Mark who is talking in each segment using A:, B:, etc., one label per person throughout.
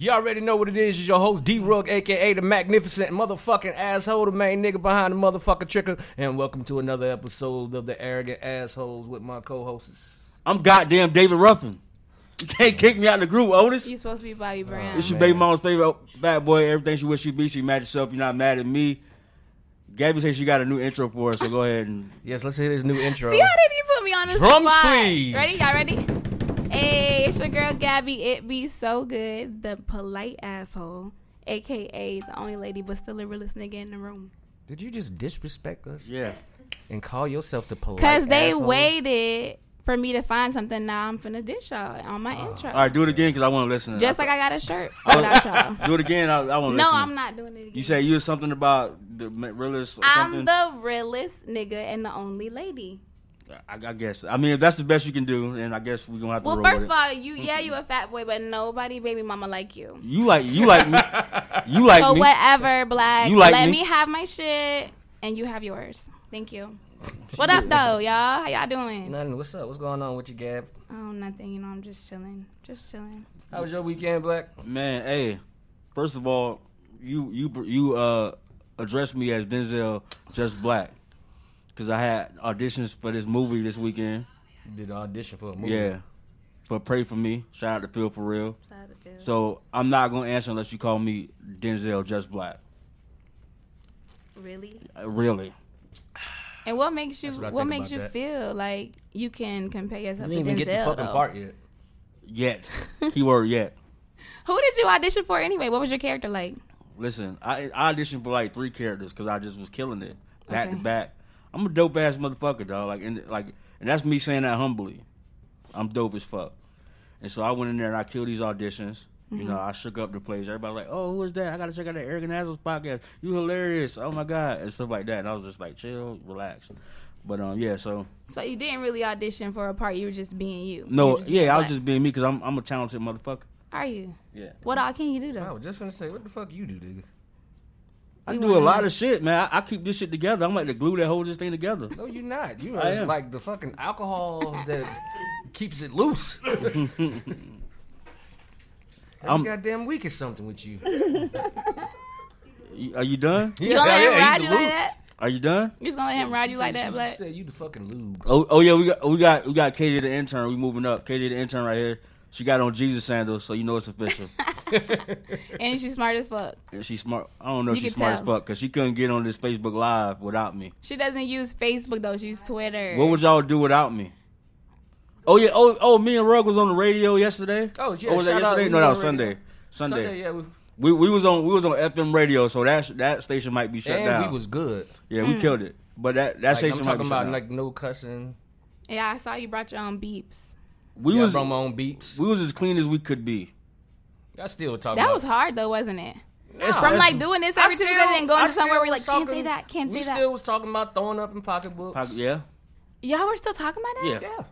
A: You already know what it is. It's your host, D Rug, aka the magnificent motherfucking asshole, the main nigga behind the motherfucking tricker. And welcome to another episode of The Arrogant Assholes with my co hosts.
B: I'm goddamn David Ruffin. You can't kick me out of the group, Otis.
C: You supposed to be Bobby Brown.
B: This your
A: man.
B: baby mama's favorite bad boy. Everything she wish she be, she mad at herself. You're not mad at me. Gabby says she got a new intro for us, so go ahead and
A: Yes, let's hear this new intro.
C: See how they be putting me on this
A: Drum
C: spot.
A: squeeze.
C: Ready? Y'all ready? Hey, it's your girl Gabby. It be so good. The polite asshole, aka the only lady but still the realest nigga in the room.
A: Did you just disrespect us
B: yeah.
A: and call yourself the polite?
C: Cause they
A: asshole?
C: waited for me to find something. Now I'm finna dish y'all on my intro.
B: Oh. All right, do it again because I want to listen.
C: Just like I got a shirt
B: I
C: without y'all.
B: do it again. I, I want to
C: No,
B: listen.
C: I'm not doing it again.
B: You said you was something about the ma- realist. Or
C: I'm
B: something.
C: the realest nigga and the only lady.
B: I, I guess. I mean, if that's the best you can do, then I guess we're gonna have to
C: Well,
B: roll
C: first
B: with
C: of
B: it.
C: all, you yeah, you a fat boy, but nobody baby mama like you.
B: you like you like me. You like
C: So
B: me.
C: whatever, black.
B: You like
C: Let
B: me?
C: me. have my shit, and you have yours. Thank you. What up though, y'all? How y'all doing?
A: Nothing. What's up? What's going on with you, Gab?
C: Oh, nothing. You know, I'm just chilling, just chilling.
A: How was your weekend, Black?
B: Man, hey. First of all, you you you uh addressed me as Denzel Just Black because I had auditions for this movie this weekend.
A: Did audition for a movie.
B: Yeah, but pray for me. Shout out to Phil for real. So I'm not gonna answer unless you call me Denzel Just Black.
C: really?
B: Uh, Really?
C: And what makes you
A: That's what I
C: what,
A: think
C: makes
A: about
C: you
A: that.
C: feel like you can compare
A: We
C: yourself
A: didn't
C: to
A: even
C: Denzel?
A: get the fucking
C: though?
A: part yet.
B: Yet. Keyword yet.
C: Who did you audition for anyway? What was your character like?
B: Listen, I, I auditioned for like three characters because I just was killing it back to
C: Okay.
B: back. I'm a dope ass motherfucker, dog. Like and like, and that's me saying that humbly. I'm dope as fuck. And so I went in there and I killed these auditions. You know,
C: Mm-hmm.
B: I shook up the place. Everybody like, oh, who is that? I gotta check out that Arrogant Assholes podcast. You hilarious. Oh my god, and stuff like that. And I was just like, chill, relax. But um, yeah. So
C: So you didn't really audition for a part. You were just being you. You
B: no,
C: were just
B: yeah,
C: being
B: I was
C: black.
B: just being me because I'm I'm a talented motherfucker.
C: Are you?
B: Yeah.
C: What all can you do
A: I
C: though?
A: was just gonna say, what the fuck you do, nigga?
B: I
C: We
B: do a
C: wanna
B: lot
C: know.
B: of shit, man. I, I keep this shit together. I'm like the glue that holds this thing together.
A: No, you're not. You are
B: I am.
A: like the fucking alcohol that keeps it loose. Every
B: I'm-
A: goddamn week is something with you.
B: You- Are you done?
C: You gonna let him ride you like that?
B: Are you done?
C: You just gonna let him ride you like that,
A: Black?
C: black?
A: Said you the fucking lube.
B: Oh, oh yeah, we got we got we got KJ the intern. We moving up. KJ the intern right here. She got on Jesus sandals, so you know it's official.
C: And she's smart as fuck.
B: and she's smart. I don't know if
C: You
B: she's
C: can
B: smart as
C: tell.
B: fuck because she couldn't get on this Facebook Live without me.
C: She doesn't use Facebook though. She uses Twitter.
B: What would y'all do without me? Oh yeah. Oh oh, me and Rug was on the radio yesterday.
A: Oh, yeah,
B: Or was that
A: shout out.
B: yesterday?
A: We
B: No,
A: was
B: that
A: on
B: was
A: radio.
B: Sunday. Sunday.
A: Sunday, yeah, we,
B: We we was on we was on FM radio, so that sh- that station might be shut
A: and
B: down.
A: we was good.
B: yeah, we killed it. But that that
A: Like, I'm
B: station might be
A: talking
B: shut
A: about
B: down.
A: like no cussing.
C: Yeah, I saw you brought your own beeps.
B: we
A: yeah, I
B: was
A: brought my own beats.
B: we was as clean as we could be.
A: I still talk.
C: That
A: about
C: was hard though, wasn't it?
B: It's-
C: From
B: it's-
C: like doing this every Tuesday and
A: I
C: going to somewhere
A: still
C: where you're like,
A: was
C: can't say
A: talking-
C: that, can't
A: we
C: say
A: still was talking about throwing up in pocketbooks.
B: Pop- yeah.
C: that. Y'all were still talking about that?
B: Yeah.
A: yeah.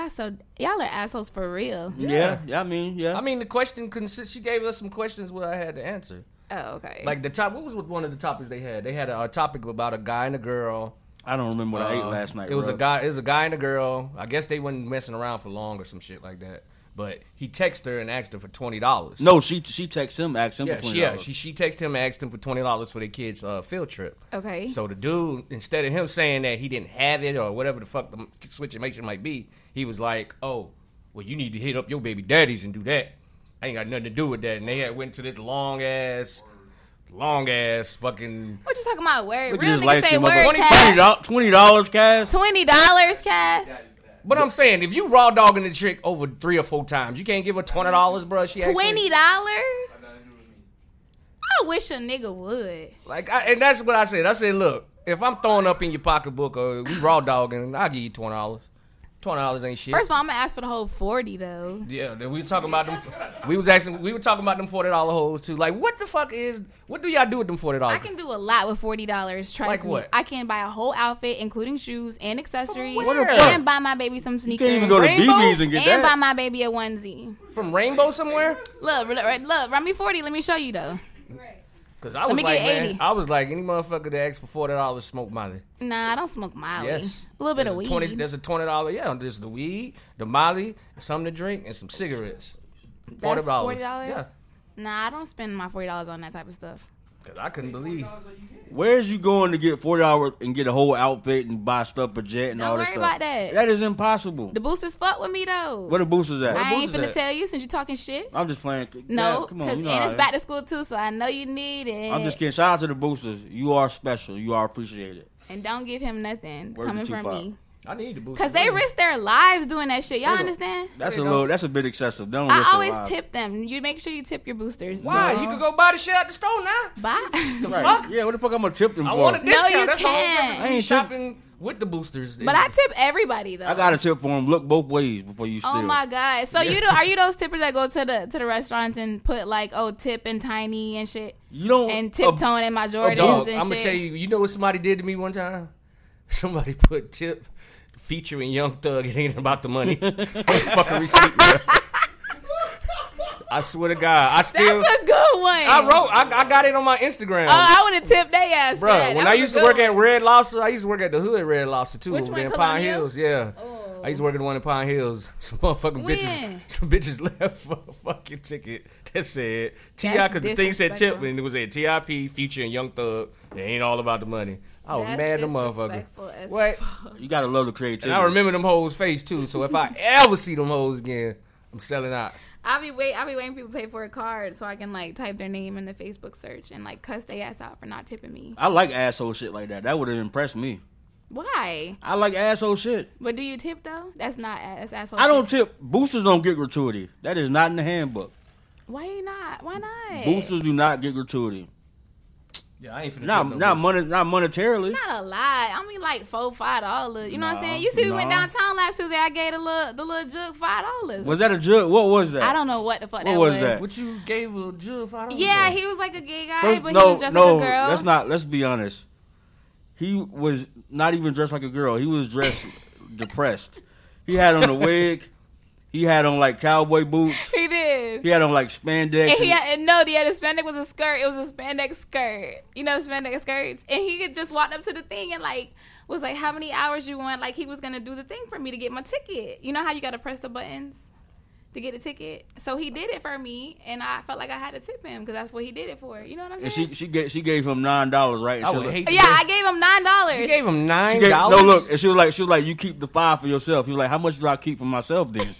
C: Y'all so y'all are assholes for real.
B: Yeah, yeah, I mean, yeah.
A: I mean, the question consist. She gave us some questions where I had to answer.
C: Oh, okay.
A: Like the top. What was one of the topics they had? They had a, a topic about a guy and a girl.
B: I don't remember what I ate
A: Uh,
B: last night.
A: It was
B: bro.
A: a guy. It was a guy and a girl. I guess they wasn't messing around for long or some shit like that. But he texted her and asked her for twenty dollars.
B: No, she she texted him, asked him
A: Yeah,
B: for
A: she,
B: twenty
A: yeah,
B: dollars.
A: she she texted him and asked him for twenty dollars for their kids' uh, field trip.
C: okay.
A: So the dude, instead of him saying that he didn't have it or whatever the fuck the situation might be, he was like, "Oh, well, you need to hit up your baby daddies and do that. I ain't got nothing to do with that." And they had went to this long ass, long ass fucking.
C: what you talking about? Word.
B: Look
C: Real
B: at this light
C: nigga say word
A: 20
C: cash.
B: Twenty dollars, cash.
C: Twenty dollars cash.
A: But I'm saying, if you raw dogging the chick over three or four times, you can't give her twenty dollars, bro. She actually-
C: Twenty dollars? I wish a nigga would.
A: Like, I, and that's what I said. I said, look, if I'm throwing up in your pocketbook or we raw dogging, I'll give you twenty dollars. Twenty dollars ain't shit.
C: First of all, I'm gonna ask for the whole forty though.
A: Yeah, then we were talking about them. We was asking. We were talking about them forty dollar hoes too. Like, what the fuck is? What do y'all do with them forty
C: I
A: dollars?
C: can do a lot with forty dollars. Trust
A: Like
C: me.
A: what?
C: I can buy a whole outfit, including shoes and accessories,
A: What the fuck?
C: and buy my baby some
B: You
C: sneakers,
B: can't even go to
A: Rainbow
B: BB's and get
C: and buy
B: that.
C: my baby a onesie.
A: From Rainbow somewhere?
C: Look, re- re- look, run me forty. Let me show you though.
A: Cause I was
C: me
A: like,
C: get
A: man,
C: 80.
A: I was like, any motherfucker that asks for forty dollars smoke Molly.
C: Nah, I don't smoke Molly.
A: Yes,
C: Oh, A little bit
A: there's
C: of
A: a
C: weed.
A: 20, there's a twenty dollar. Yeah, there's the weed, the Molly, something to drink, and some cigarettes.
C: That's $40?
A: Yeah.
C: Nah, I don't spend my forty dollars on that type of stuff.
A: Cause I couldn't believe.
B: Where's you going to get forty dollars and get a whole outfit and buy stuff a jet and
C: Don't
B: all this
C: worry
B: stuff?
C: about that.
B: That is impossible.
C: The boosters fuck with me though.
B: Where the boosters at?
C: I ain't
A: boosters
C: finna
A: at?
C: tell you since you talking shit.
B: I'm just playing.
C: No,
B: Yeah,
C: because
B: come on, you know
C: and
B: how
C: it's
B: it
C: back
B: is.
C: to school too, so I know you need it.
B: I'm just kidding. Shout out to the boosters. You are special. You are appreciated.
C: And don't give him nothing
B: Word to
C: coming from
B: Tupac.
C: me,
A: I need the boost.
C: cause they risk their lives doing that shit. Y'all
B: They don't-
C: understand?
B: That's
A: They
B: a
A: don't-
B: little. That's a bit excessive. They Don't
C: I
B: risk their
C: always
B: lives.
C: tip them. You make sure you tip your boosters.
A: Why?
C: So-
A: You could go buy the shit at the store now.
C: Bye.
A: fuck?
B: Right. Yeah. What the fuck? I'm gonna tip them
A: I
B: for?
A: want a discount.
C: you
A: That's the whole
C: can't.
A: purpose of
B: I
A: me
B: ain't
A: shopping with the boosters.
C: But I tip everybody though.
B: I got a tip for them. Look both ways before you steal.
C: Oh my god! So you do? Are you those tippers that go to the to the restaurants and put like oh tip and tiny and shit
B: You don't.
C: and
B: a-
C: tiptoeing in my Jordans
A: Oh, Dog,
C: and
A: I'm gonna
C: shit?
A: tell you. You know what somebody did to me one time? Somebody put tip featuring Young Thug. It ain't about the money. Fucking receipt. Bro. I swear to God, I still.
C: That's a good one.
A: I wrote. I, I got it on my Instagram.
C: Oh, I would have tipped they ass. for
A: Bro,
C: that.
A: when
C: That
A: I
C: was a
A: used to
C: good
A: work
C: one.
A: at Red Lobster, I used to work at the hood Red Lobster too
C: Which
A: over
C: one,
A: there in Pine
C: Colonial?
A: Hills. Yeah,
C: Oh.
A: I used to work at the one in Pine Hills. Some motherfucking bitches,
C: When?
A: some bitches left for a fucking ticket that said Ti
C: That's
A: because the thing said tip
C: disrespectful.
A: and it was a Tip Future and Young Thug. It ain't all about the money. I was
C: That's
A: mad the motherfucker.
C: disrespectful as
A: What?
C: fuck.
B: You gotta love the creativity.
A: And I remember them hoes' face too. So if I ever see them hoes again, I'm selling out.
C: I'll be wait. I'll be waiting for people to pay for a card so I can like type their name in the Facebook search and like cuss they ass out for not tipping me.
B: I like asshole shit like that. That would have impressed me.
C: Why?
B: I like asshole shit.
C: But do you tip though? That's not that's asshole.
B: I don't
C: shit.
B: tip. Boosters don't get gratuity. That is not in the handbook.
C: Why you not? Why not?
B: Boosters do not get gratuity.
A: Yeah, I ain't finna.
B: Not not money. Not monetarily.
C: Not a lot. I mean, like four, five dollars. You know what I'm
B: Nah,
C: saying? You see, we went
B: nah.
C: downtown last Tuesday. I gave the little, the little jug five dollars.
B: Was that a jug? What was that?
C: I don't know what the fuck
B: What
C: that
B: was
C: was.
B: that?
A: What you gave a Jill five dollars?
C: Yeah,
A: for?
C: he was like a gay guy,
B: First-
C: but
B: no,
C: he was dressed
B: no,
C: like a girl.
B: Let's not. Let's be honest. He was not even dressed like a girl. He was dressed depressed. He had on a wig. He had on like cowboy boots.
C: He did.
B: He had on like spandex.
C: And
B: and-
C: he had, and no, the other spandex was a skirt. It was a spandex skirt. You know the spandex skirts. And he had just walked up to the thing and like was like, "How many hours you want?" Like he was gonna do the thing for me to get my ticket. You know how you gotta press the buttons to get the ticket. So he did it for me, and I felt like I had to tip him because that's what he did it for. You know what I'm saying?
B: and she she gave she gave him nine dollars right. And
A: I
B: she
A: would
B: was-
A: hate.
C: Yeah,
A: to-
C: I gave him nine
A: You
C: dollars.
A: gave him
B: she
A: nine
B: gave- no
A: dollars.
B: look, and she was like she was like you keep the five for yourself. He was like how much do I keep for myself then?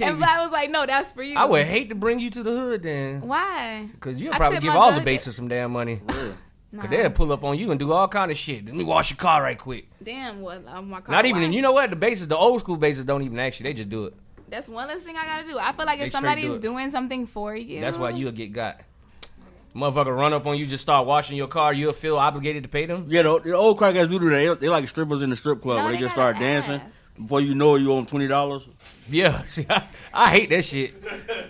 C: And I was like, no, that's for you.
A: I would hate to bring you to the hood then,
C: Why?
A: because you'll
C: I
A: probably
C: tip
A: give
C: my
A: all the
C: drug-
A: bases some damn money. Because
C: Nah.
A: they'll pull up on you and do all kind of shit. Let me wash your car right quick.
C: Damn, what? uh, my car
A: Not even,
C: wash.
A: you know what? The bases, the old school bases don't even ask you. They just do it.
C: That's one less thing I gotta do. I feel like
A: They
C: if
A: straight do
C: somebody's
A: it.
C: doing something for you,
A: That's why you'll get got. Motherfucker run up on you, just start washing your car. You'll feel obligated to pay them.
B: yeah, the, the old crackheads do that. They, they like strippers in the strip club
C: No,
B: where they,
C: they
B: just
C: gotta
B: start dancing.
C: ask.
B: Before you know it, you owe them twenty dollars.
A: Yeah, see, I, I hate that shit.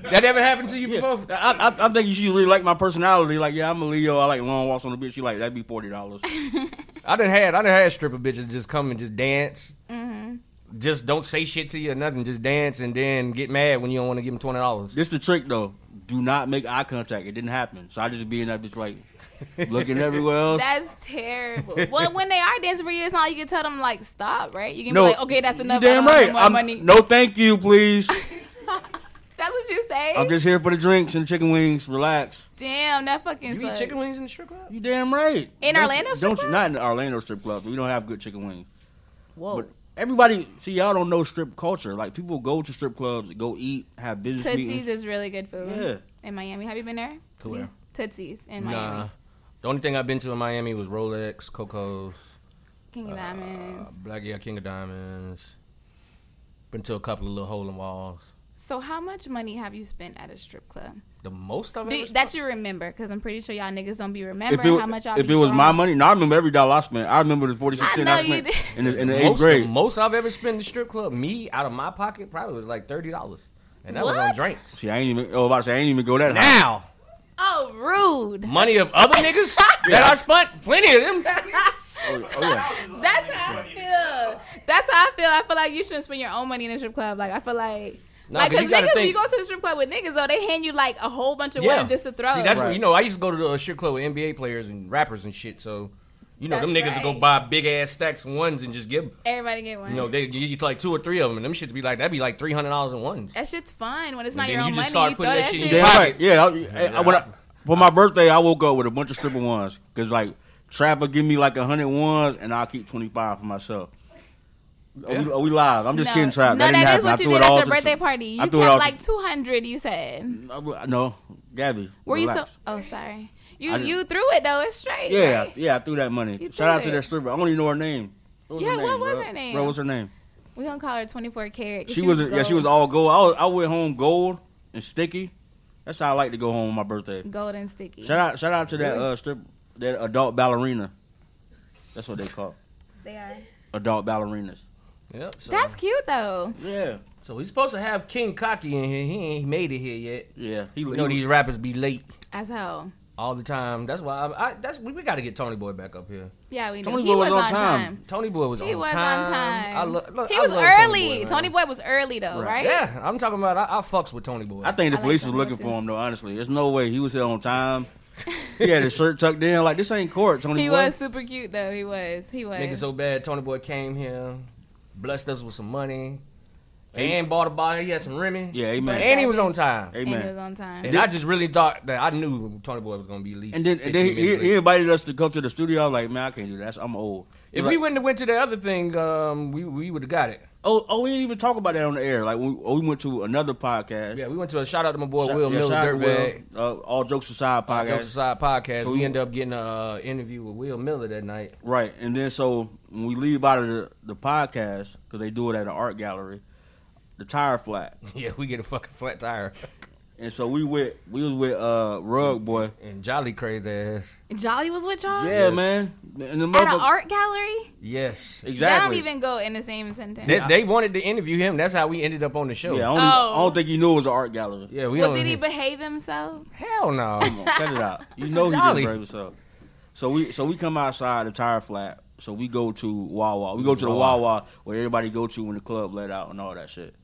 A: That never happened to you
B: Yeah,
A: before?
B: I, I, I think you should really like my personality. Like, yeah, I'm a Leo. I like long walks on the beach. You like that'd be forty dollars.
A: I done had, I done had stripper bitches just come and just dance.
C: Mm-hmm.
A: Just don't say shit to you or nothing. Just dance and then get mad when you don't want to give them twenty dollars.
B: this the trick though. Do not make eye contact. It didn't happen. So I just be in that bitch like looking everywhere else.
C: that's terrible. well, when they are dancing for you, it's not like you can tell them like stop, right? You can
B: no,
C: be like, okay, that's
B: you
C: enough. I
B: Damn
C: don't want
B: right.
C: more
B: I'm-
C: money.
B: No, thank you, please.
C: That's what you say.
B: I'm just here for the drinks and chicken wings. Relax.
C: Damn, that fucking.
A: You eat
C: sucks.
A: chicken wings in the strip club?
B: You damn right.
C: In
B: Don't-
C: Orlando strip
B: don't
C: club? Oh.
B: not in the Orlando strip club. We don't have good chicken wings.
C: Whoa.
B: But everybody, see, y'all don't know strip culture. Like people go to strip clubs, go eat, have business
C: Tootsie's
B: meetings.
C: is really good food.
B: Yeah.
C: In Miami, have you been there?
A: To where?
C: Tootsie's in Miami.
A: Nah. The only thing I've been to in Miami was Rolex, Coco's,
C: King of Diamonds.
A: uh, Black Yeah, King of Diamonds. Been to a couple of little hole in walls.
C: So how much money have you spent at a strip club?
A: The most I've
C: Do
A: ever
C: you,
A: spent-
C: that you remember, because I'm pretty sure y'all niggas don't be
B: If
C: remembering
B: it,
C: how much y'all.
B: if
C: be
B: it was my
C: throwing.
B: money, no, I remember every dollar I spent. I remember the forty six
C: I
B: cents
C: know
B: I
C: you
B: spent
C: did.
B: in the, in the eighth
A: most,
B: grade.
A: The most I've ever spent in the strip club, me out of my pocket, probably was like thirty dollars, and that was on
C: What?
A: drinks.
B: See, I ain't even. Oh, about to say I ain't even go that high.
A: Now,
C: Oh, rude.
A: money of other niggas that I spent, plenty of them.
B: Oh, oh, yeah.
C: That's how I feel. That's how I feel. I feel like you shouldn't spend your own money in a strip club. Like I feel like,
A: Nah,
C: like
A: 'cause
C: because
A: you
C: niggas,
A: gotta
C: when
A: think-
C: you go to the strip club with niggas, though, they hand you like a whole bunch of women just to throw.
A: See, that's
B: Right.
A: what you know. I used to go to the strip club with NBA players and rappers and shit. So You know, them
C: That's
A: niggas will go
C: right.
A: buy big ass stacks of ones and just give 'em.
C: Everybody get one.
A: You know, they you get like two or three of them, and them shit be like that'd be like three hundred dollars in ones.
C: that shit's fun when it's
A: And
C: not
A: then
C: your
A: you
C: own
A: just
C: money.
A: start
C: You throw
A: putting that
C: that
A: shit in
C: shit.
A: your
B: Damn
A: pocket.
B: right. Yeah. I, I, I- when I, for my birthday, I woke up with a bunch of stripper ones because like Trapper give me like a hundred ones, and I'll keep twenty five for myself. Are, we,
A: Yeah.
B: are we live? I'm just kidding, Trap.
C: No,
B: that, didn't
C: that
B: happen.
C: is what
B: I
C: you
B: threw
C: did
B: it
C: at
B: all
C: your
B: to-
C: birthday party. You
B: I
C: kept
B: threw it all
C: like
B: to-
C: 200, you said.
B: I w- no, Gabby.
C: Were you so?
B: relax.
C: Oh, sorry. You
B: I didn't-
C: you threw it though. It's straight.
B: Yeah,
C: right?
B: yeah. I threw that money.
C: You
B: Shout out
C: threw
B: to
C: it.
B: that stripper. I don't even know her name. was
C: Yeah,
B: her
C: what
B: name,
C: was
B: bro?
C: her name?
B: Bro, what's her name?
C: We gonna call her 24 karat. 'cause
B: She was yeah, she was
C: gold-
B: all gold. I, was, I went home gold and sticky. That's how I like to go home on my birthday.
C: gold and sticky.
B: Shout out shout out to that
A: Really?
B: uh strip that adult ballerina. That's what they call
C: They are.
B: adult ballerinas.
A: Yep. So,
C: That's cute though.
B: Yeah.
A: so he's supposed to have King Cocky in here. He ain't made it here yet.
B: Yeah. He,
A: You know
B: he-
A: these rappers be late
C: As hell.
A: all the time. That's why I, I that's we, we got to get Tony Boy back up here.
C: Yeah, we do.
B: Tony
C: he
B: Boy
C: was,
B: was on
C: on
B: time.
C: time.
A: Tony Boy was
C: He
A: on
C: was
A: time.
C: on time.
A: I lo- look,
C: he
A: I
C: was
A: love
C: early.
A: Tony Boy, man.
C: was early though, right?
A: Yeah, I'm talking about I, I fucks with Tony Boy.
B: I think the
C: I like
B: police
C: that
B: was looking
C: one, too.
B: for him though, honestly. There's no way he was here on time. he had his shirt tucked in, like this ain't court, Tony.
C: He
B: Boy.
C: was super cute though. He was. He was.
A: Nigga so bad, Tony Boy came here, blessed us with some money, and bought a bottle. He had some Remy.
B: Yeah, amen.
A: And he was on time.
C: and he was
B: Amen.
C: on time.
A: And I just really thought that I knew Tony Boy was gonna be at least.
B: And then, and then
A: 15
B: he, he,
A: minutes
B: he
A: late.
B: invited us to come to the studio. I'm like, man, I can't do that. I'm old.
A: if
B: Like,
A: we wouldn't have went to the other thing, um, we we would have got it.
B: Oh, oh, we didn't even talk about that on the air. Like we, oh, we went to another podcast.
A: Yeah, we went to a shout out to my boy
B: Shout-
A: Will
B: yeah,
A: Miller,
B: shout out to Will.
A: Dirtbag,
B: Uh, all jokes aside, podcast.
A: Joe Society podcast.
B: So
A: we
B: we-
A: ended up getting an interview with Will Miller that night.
B: Right, and then so when we leave out of the, the podcast because they do it at an art gallery, the tire flat,
A: yeah, we get a fucking flat tire
B: and so we with we was with uh Rug Boy.
A: and jolly crazy ass.
C: Jolly was with y'all.
B: Yeah,
A: Yes.
B: man. And the
C: At an
B: mother-
C: art gallery.
A: Yes.
C: That
B: Exactly.
C: don't even go in the same sentence.
A: They, they wanted to interview him. That's how we ended up on the show.
B: yeah, I don't,
C: Oh.
B: I don't think you knew it was an art gallery.
A: Yeah, we
C: well,
A: don't-
C: did he behave himself?
A: Hell no.
B: Come on, cut it out. You know he
A: Jolly.
B: didn't brave us up. So we so we come outside the tire flat. So we go to Wawa. We go to the
A: Wawa.
B: Wawa where everybody go to when the club let out and all that shit.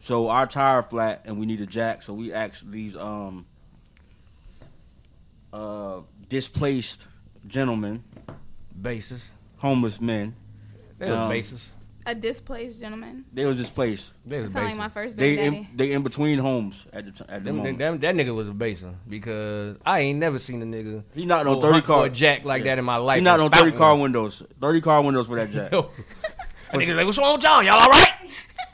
B: So our tire flat and we need a jack. So we asked these um uh displaced gentlemen,
A: basis.
B: homeless men.
A: They was
B: Um,
A: basis.
C: A displaced gentleman.
B: They was displaced.
A: They was
C: Sound like
A: basis.
C: my first big
B: They
C: daddy.
B: in, they in between homes at the t- at the
A: Them-
B: moment.
A: them- that nigga was a baser because I ain't never seen a nigga.
B: He knocked on
A: go
B: thirty
A: Oh, hunt for
B: car
A: a jack like
B: Yeah.
A: that in my life.
B: He knocked
A: and
B: on thirty
A: found
B: car
A: one.
B: windows. Thirty car windows for that jack.
A: That nigga like, what's wrong with y'all? Y'all all right?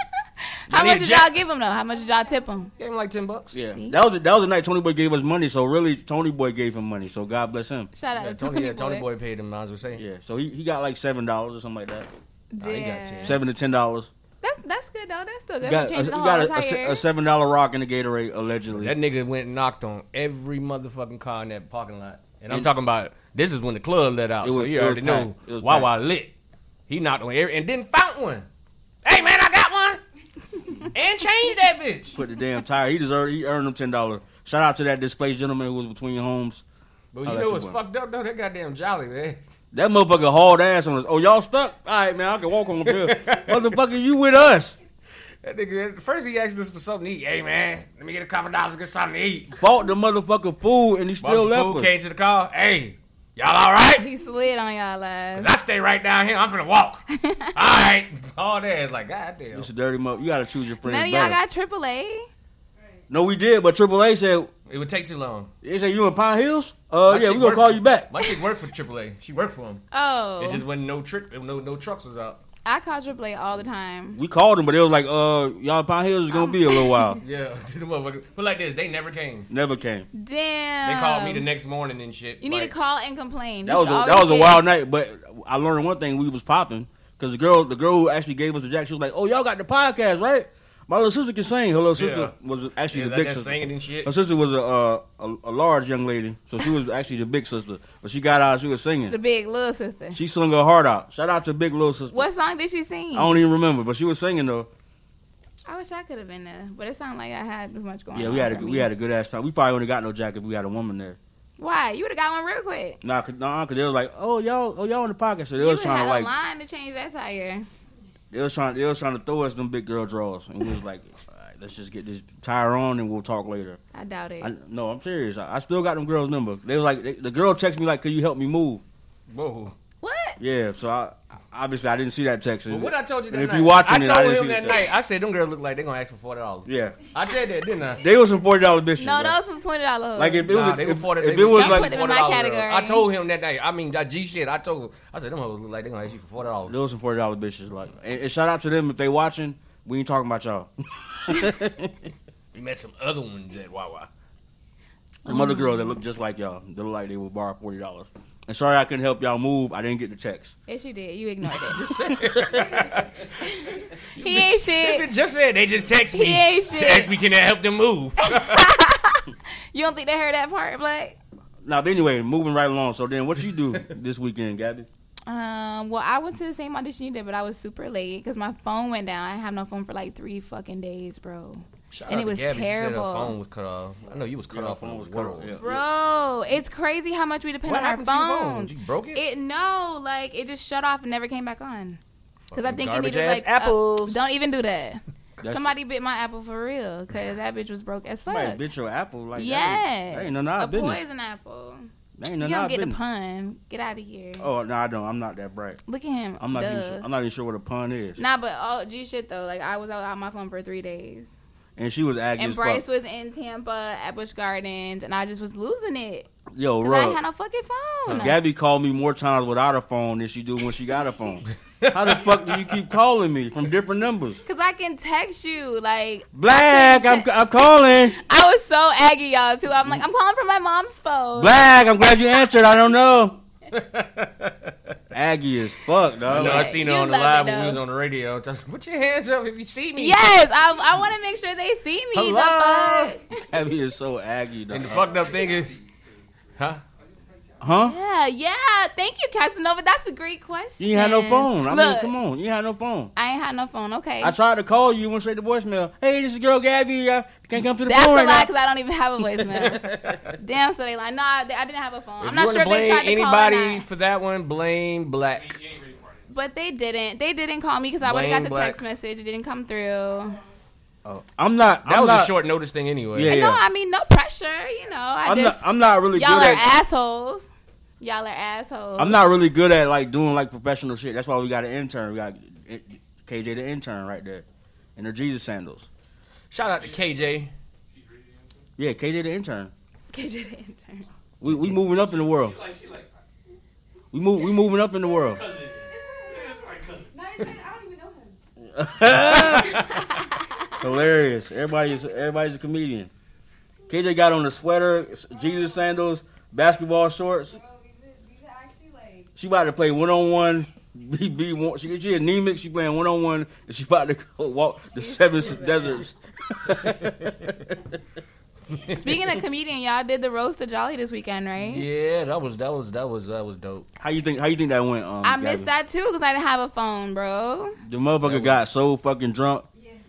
C: How
A: need
C: much
A: a
C: did
A: jack-
C: y'all give him though? How much did y'all tip him?
A: Gave him like ten bucks.
B: Yeah,
C: See?
B: that was that was the night Tony Boy gave us money. So really, Tony Boy gave him money. So God bless him.
C: Shout out
A: Yeah,
C: to
A: Tony,
C: Tony,
A: yeah, Tony Boy paid him. I was gonna say.
B: Yeah, so he, he got like seven dollars or something like that,
A: he got
C: Damn.
A: tipped.
B: seven to ten dollars.
C: That's that's good though. That's still good.
B: Got
C: for
B: a,
C: changing
B: he
C: the whole
B: got a- a, se-
C: entire.
B: a seven dollar rock in the Gatorade allegedly.
A: That nigga went and knocked on every motherfucking car in that parking lot. And I'm talking about this is when the club let out.
B: It
A: so
B: was-
A: you
B: it was
A: already know
B: packed. It was
A: Wawa lit. He knocked on every and then found one. Hey man, I got one. and changed that bitch.
B: Put the damn tire. He deserved. He earned him ten dollars. Shout out to that displaced gentleman who was between homes.
A: But
B: Oh,
A: you
B: that's
A: know what's
B: your boy.
A: fucked up though? That goddamn jolly, man.
B: That motherfucker hauled ass on us. Oh y'all stuck? All right, man, I can walk on the bill. motherfucker, you with us?
A: That nigga at first he asked us for something to eat. Hey man, let me get a couple dollars, get something to eat.
B: Bought the motherfucker food and he still
A: Bought some
B: left
A: food,
B: us.
A: came to the car. Hey, y'all all right?
C: He slid on y'all ass.
A: 'Cause I stay right down here. I'm finna walk. all right. All that is like goddamn.
B: It's a dirty mother. You gotta choose your friends.
C: None of y'all
B: better.
C: got AAA.
B: no, we did, but AAA said
A: It would take too long.
B: They say you in Pine Hills? Uh,
A: My
B: yeah,
A: chick
B: we gonna
A: worked-
B: call you back.
A: My chick worked for AAA. She worked for him.
C: Oh,
A: It just wasn't no trick. No no trucks was out.
C: I call AAA all the time.
B: We called them, but they was like, uh, y'all in Pine Hills is gonna be a little while.
A: Yeah, the motherfucker. But like this, they never came.
B: Never came.
A: They
C: Damn.
A: called me the next morning and shit.
C: Oh. You need
A: like,
C: to call and complain.
B: That was a, that was a wild night, but I learned one thing. We was popping because the girl, the girl who actually gave us the jack, she was like, "Oh, y'all got the podcast right." My little sister can sing. Her little sister
A: Yeah.
B: was actually
A: Yeah,
B: the
A: like
B: big
A: that
B: sister.
A: singing and shit.
B: Her sister was a, uh, a a large young lady, so she was actually the big sister. But she got out, she was
C: The
B: singing.
C: big little sister.
B: She sung her heart out. Shout out to Big Little Sister.
C: What song did she sing?
B: I don't even remember, but she was singing though.
C: I wish I could have been there, but it sounded like I had too much going on.
B: Yeah, we had a
C: for
B: good-
C: me.
B: we had a good ass time. We probably only got no jack if we had a woman there.
C: Why? You would have got one real quick.
B: Nah, cause, nah, 'cause they was like, oh y'all, oh y'all in the pocket. So they
C: You would
B: was
C: have
B: trying
C: had
B: to
C: a
B: like,
C: line to change that tire.
B: they was trying, they was trying to throw us them big girl draws, and we was like, all right, let's just get this tire on and we'll talk later.
C: I doubt it.
B: I, no, I'm serious. I, I still got them girls' number. They was like, they, the girl texted me like, could you help me move?
A: Whoa.
B: Yeah, so I obviously I didn't see that text.
A: But what I told you that
B: and if
A: night,
B: you watching
A: I
B: it, I
A: told
B: didn't see
A: him that
B: the
A: night.
B: text.
A: I said, "Them girls look like they're gonna ask for forty dollars."
B: Yeah,
A: I said that, didn't I?
B: they was some forty dollar bitches.
C: No,
B: bro.
C: those was twenty dollars.
B: like if it was,
A: Nah, they were
B: if,
A: 40,
B: if
A: they
B: it
A: were
B: was
C: Don't
B: like
C: put them
B: there
C: in my
A: $40 girl.
C: category.
A: I told him that night. I mean, I G shit. I told him. I said, "Them hoes look like they gonna ask you for forty dollars."
B: was some forty dollar bitches. Like and, and shout out to them if they watching. We ain't talking about y'all.
A: We met some other ones at Wawa.
B: Some other girls that look just like y'all. They look like they would borrow forty dollars. And sorry I couldn't help y'all move. I didn't get the text.
C: yes, you did. You ignored it.
A: Just said,
C: he ain't
A: they
C: shit.
A: just said they just text me.
C: He ain't shit.
A: Text me, can I help them move?
C: You don't think they heard that part, Black?
B: Now, but anyway, moving right along. So then, what you do this weekend, Gabby?
C: Um. Well, I went to the same audition you did, but I was super late because my phone went down. I have no phone for like three fucking days, bro.
A: Shout
C: And
A: out
C: it
A: to
C: was
A: Gabby. She said her
C: terrible.
A: phone was cut off. I know you was cut
B: Yeah,
A: off
B: phone
A: from
B: was
A: the
B: cut off,
A: world.
B: yeah.
C: Bro, it's crazy how much we depend
A: What
C: on our
A: happened to your phone?
C: phones.
A: You broke it?
C: It no, like it just shut off and never came back on. Because I
A: Fucking
C: think you
A: garbage
C: needed
A: ass
C: like a-
A: apples.
C: don't even do that.
B: That's-
C: Somebody bit my apple for real because that bitch was broke as fuck.
B: Somebody bit your apple like
C: yeah,
B: that. Ain't, that ain't none of our
C: a
B: business.
C: poison apple.
B: That ain't none
C: you
B: of
C: don't
B: our
C: get
B: business.
C: the pun. Get out of here.
B: Oh no, I don't. I'm not that bright.
C: Look at him.
B: I'm not. Even
C: Duh.
B: sure, I'm not even sure what a pun is.
C: Nah, but oh gee, shit though. Like I was out on my phone for three days,
B: And she was aggy
C: and
B: as
C: Bryce
B: fuck.
C: was in Tampa at Busch Gardens, and I just was losing it
B: Yo,
C: because I
B: bro.
C: ain't had no fucking phone.
B: Gabby called me more times without a phone than she do when she got a phone. How the fuck do you keep calling me from different numbers?
C: Cause I can text you. Like
B: Black, I'm I'm calling.
C: I was so aggy, y'all. Too. I'm like I'm calling from my mom's phone.
B: Black, I'm glad you answered. I don't know. Aggie as fuck, dog.
A: No, I
C: Yeah,
A: seen her
C: you
A: on the
C: love
A: live
C: it,
A: when we was
C: though.
A: on the radio. Just, Put your hands up if you see me.
C: Yes, I, I want to make sure they see me.
B: Hello?
C: The fuck?
B: Gabby is so aggy, dog.
A: And the fucked up thing is, huh?
B: Huh?
C: Yeah, yeah. Thank you, Casanova. That's a great question.
B: You ain't had no phone. I mean,
C: Look,
B: come on. You ain't had no phone.
C: I ain't had no phone. Okay.
B: I tried to call you and say the voicemail. Hey, this is girl Gabby. I can't come to the
C: That's a
B: phone. right now."
C: lie because I don't even have a voicemail. Damn, so they lie. No, I, I didn't have a phone.
A: If
C: I'm
A: you
C: not
A: wanna
C: sure if they
A: blame
C: tried to
A: anybody
C: call or not,
A: for that one. Blame black.
C: but they didn't. They didn't call me because I would have
A: Blame
C: got the
A: black.
C: text message. It didn't come through.
B: Oh, I'm not.
A: That
B: I'm
A: was
B: not,
A: a short notice thing anyway.
B: Yeah.
C: And No, I mean no pressure. You know, I
B: I'm
C: just
B: not. I'm not really
C: y'all
B: good
C: are
B: at.
C: assholes. Y'all are assholes.
B: I'm not really good at like doing like professional shit. That's why we got an intern. We got it- KJ the intern right there, and her Jesus sandals.
A: Shout out to KJ.
B: Yeah, KJ the intern.
C: KJ the intern.
B: We we moving up in the world.
D: Like she like
B: We move. We moving up in the world.
D: cousin. It's my cousin.
B: Hilarious. Everybody's everybody's a comedian. KJ got on a sweater, s- Jesus sandals, basketball shorts. She about to play one on one. Be, be one. She, she anemic. She playing one on one, and she about to go walk the seven deserts.
C: Speaking of comedian, y'all did the roast of Jolly this weekend, right?
A: Yeah, that was that was that was that was dope.
B: How you think? How you think that went? Um,
C: I missed
B: Gabby?
C: that too because I didn't have a phone, bro.
B: The motherfucker got so fucking drunk.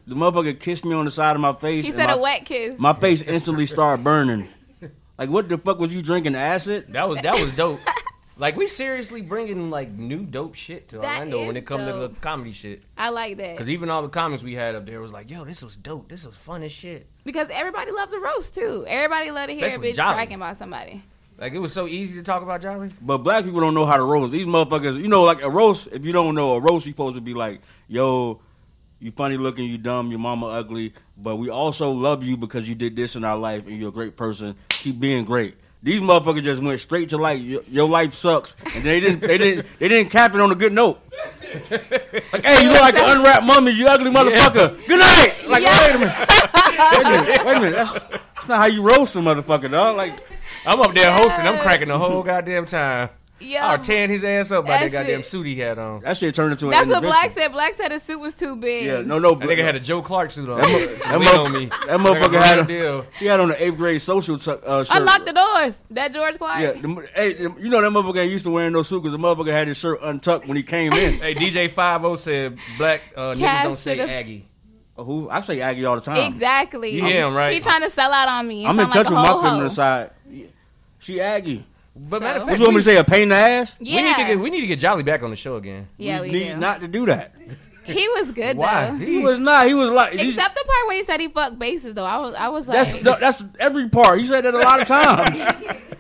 B: The motherfucker kissed me on the side of my face.
C: He
B: and
C: said
B: my,
C: a wet kiss.
B: My face instantly started burning. Like what the fuck was you drinking acid?
A: That was that was dope. like we seriously bringing like new dope shit to
C: That
A: Orlando when
C: is
A: it comes to the
C: dope.
A: comedy shit.
C: I like that
A: Cause even all the comments we had up there was like, yo, this was dope. This was fun as shit.
C: because everybody loves a roast too. Everybody love to hear a
A: Especially
C: bitch
A: Jolly.
C: bragging about somebody.
A: Like it was so easy to talk about Jolly.
B: But black people don't know how to roast. These motherfuckers, you know, like a roast. If you don't know a roast, you supposed to be like, yo, you funny looking, you dumb, your mama ugly, but we also love you because you did this in our life and you're a great person. Keep being great. These motherfuckers just went straight to like your, your life sucks, and they didn't they didn't they didn't cap it on a good note. Like, hey, you look like an unwrapped mummy, you ugly motherfucker. Good night. Like,
C: Yeah.
B: wait a minute, wait a minute, wait a minute. That's, that's not how you roast a motherfucker, dog. Like,
A: I'm up there hosting. I'm
C: Yeah.
A: cracking the whole goddamn time.
C: Yeah,
B: Oh,
A: I'll tear his ass up by
C: That
A: that goddamn
C: shit-
A: suit he had on.
B: that shit turned into an
C: that's what
B: intervention.
C: Black said. Black said his suit was too big.
B: Yeah, no, no.
A: That nigga had a Joe Clark suit on.
B: That, mo-
A: Lean
B: that, mo-
A: on me.
B: that motherfucker
A: Like
B: had a,
A: deal.
B: he had on an eighth grade social tu- uh, shirt.
C: Unlock the doors. That George Clark.
B: yeah, the, mo- hey, the- you know that motherfucker ain't used to wearing no suit because the motherfucker had his shirt untucked when he came in.
A: Hey, DJ Five O said black uh, niggas
C: Cass
A: don't say
C: should've-
A: Aggie.
B: Uh, Who I say Aggie all the time.
C: Exactly.
A: You hear him, right?
C: He trying to sell out on me.
B: I'm in
C: Sound
B: touch
C: like a
B: with my
C: ho-ho.
B: feminine side. She Aggie.
A: But
C: So-
A: matter of
B: What
A: fact,
B: you want me to say? A pain in the ass?
A: we need to
C: Yeah,
A: get we need to get Jolly back on the show again.
C: yeah, we
B: need
C: do.
B: not to do that.
C: he was good
A: Why?
C: though.
B: He was not. He was like. these-
C: Except the part when he said he fucked bases though. I was I was like
B: that's no, that's every part. He said that a lot of times.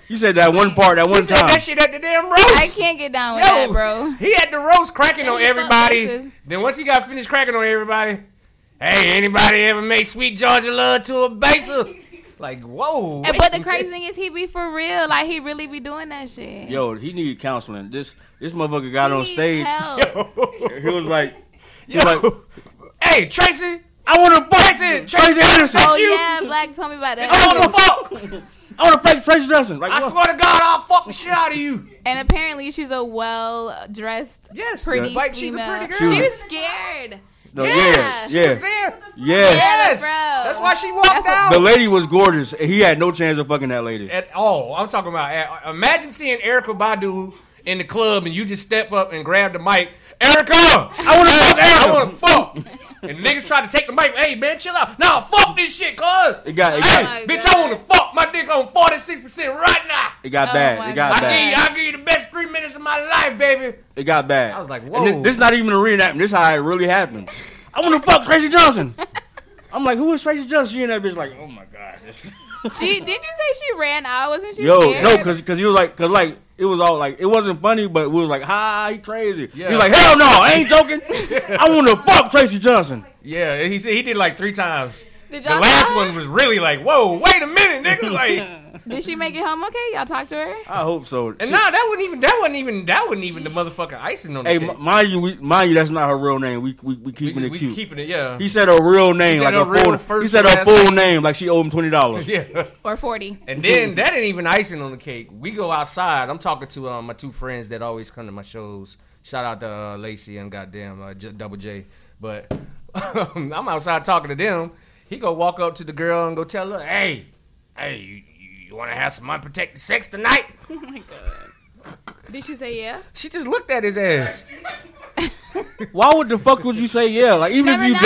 B: You said that one part, that one
A: He said
B: time.
A: that shit at the damn roast.
C: I can't get down with that, bro.
A: He had the roast cracking
C: And
A: on
C: he fucked
A: everybody.
C: faces.
A: Then once he got finished cracking on everybody, hey, anybody ever make sweet Georgia love to a basil? Like, whoa.
C: And
A: wait
C: but
A: a
C: the crazy
A: minute.
C: thing is, he be for real. Like he really be doing that shit.
B: Yo, he needed counseling. This this motherfucker got
C: He
B: on
C: needs
B: stage.
C: help. Oh,
B: He was like, he
A: Yo.
B: was like,
A: hey, Tracy, I want to Tracy, Tracy Anderson.
C: Oh
A: you.
C: yeah, Black told me about
A: I
C: that.
A: want to fuck.
B: I want to fight Tracy Johnson. Like,
A: I
B: what?
A: swear to God, I'll fuck the shit out of you.
C: And apparently, she's a well dressed,
A: Yes,
C: pretty
A: like, she's a
C: female.
A: pretty
C: She
A: girl.
C: was scared.
B: No,
C: Yeah.
B: yeah, yeah,
A: There.
B: yeah.
A: Yes.
C: bro.
A: That's why she
C: That's
A: walked
C: a-
A: out.
B: The lady was gorgeous. and He had no chance of fucking that lady.
A: at all. I'm talking about. Imagine seeing Erica Badu in the club and you just step up and grab the mic. Erica, I want to fuck. Erica. I want to fuck. And niggas try to take the mic. Hey man, chill out. Nah, fuck this shit, cuz.
B: It got it
A: Hey,
C: Oh
B: got
C: my
A: bitch,
C: God.
A: I want to fuck. My dick on 46 percent right now.
B: it got
C: Oh
B: bad.
C: my
B: It got
C: God.
A: I give
B: bad.
A: you, I give you the best three minutes of my life, baby.
B: It got bad. I
A: was like, whoa.
B: This, this not even a reenactment. This how it really happened. I want to fuck Tracy Johnson. I'm like, who is Tracy Johnson? She and that bitch like, oh my god.
C: She did you say she ran out? Wasn't she?
B: Yo,
C: scared?
B: no, cause cause he was like, cause like it was all like it wasn't funny, but we was like, ha, he crazy.
A: Yeah.
B: He was like, hell no, I ain't joking. I want to fuck Tracy Johnson.
A: Yeah, he said he did like three times.
C: Did
A: The
C: y'all
A: last
C: talk?
A: one was really like, whoa, wait a minute, nigga. Like,
C: Did she make it home okay? Y'all talk to her?
B: I hope so.
A: and
B: She-
A: nah, that wasn't even, that wasn't even, that wasn't even the motherfucking icing on the
B: hey,
A: cake.
B: m- mind you, we, mind you, that's not her real name. We we, we keeping
A: we,
B: it
A: we
B: cute.
A: keeping it, yeah.
B: He said her real name,
A: said
B: like
A: her
B: her,
A: real
B: full.
A: first
B: he said her
A: last
B: full
A: name.
B: name. like she owed him twenty dollars.
A: yeah.
C: Or forty?
A: And then that ain't even icing on the cake. We go outside. I'm talking to um, my two friends that always come to my shows. Shout out to uh, Lacey and goddamn uh, J- Double J. But um, I'm outside talking to them. He go walk up to the girl and go tell her, "Hey, hey, you, you want to have some unprotected sex tonight?"
C: Oh my god. Did she say yeah?
A: She just looked at his ass.
B: Why would the fuck would you say yeah? Like even
C: Never
B: if you
C: know.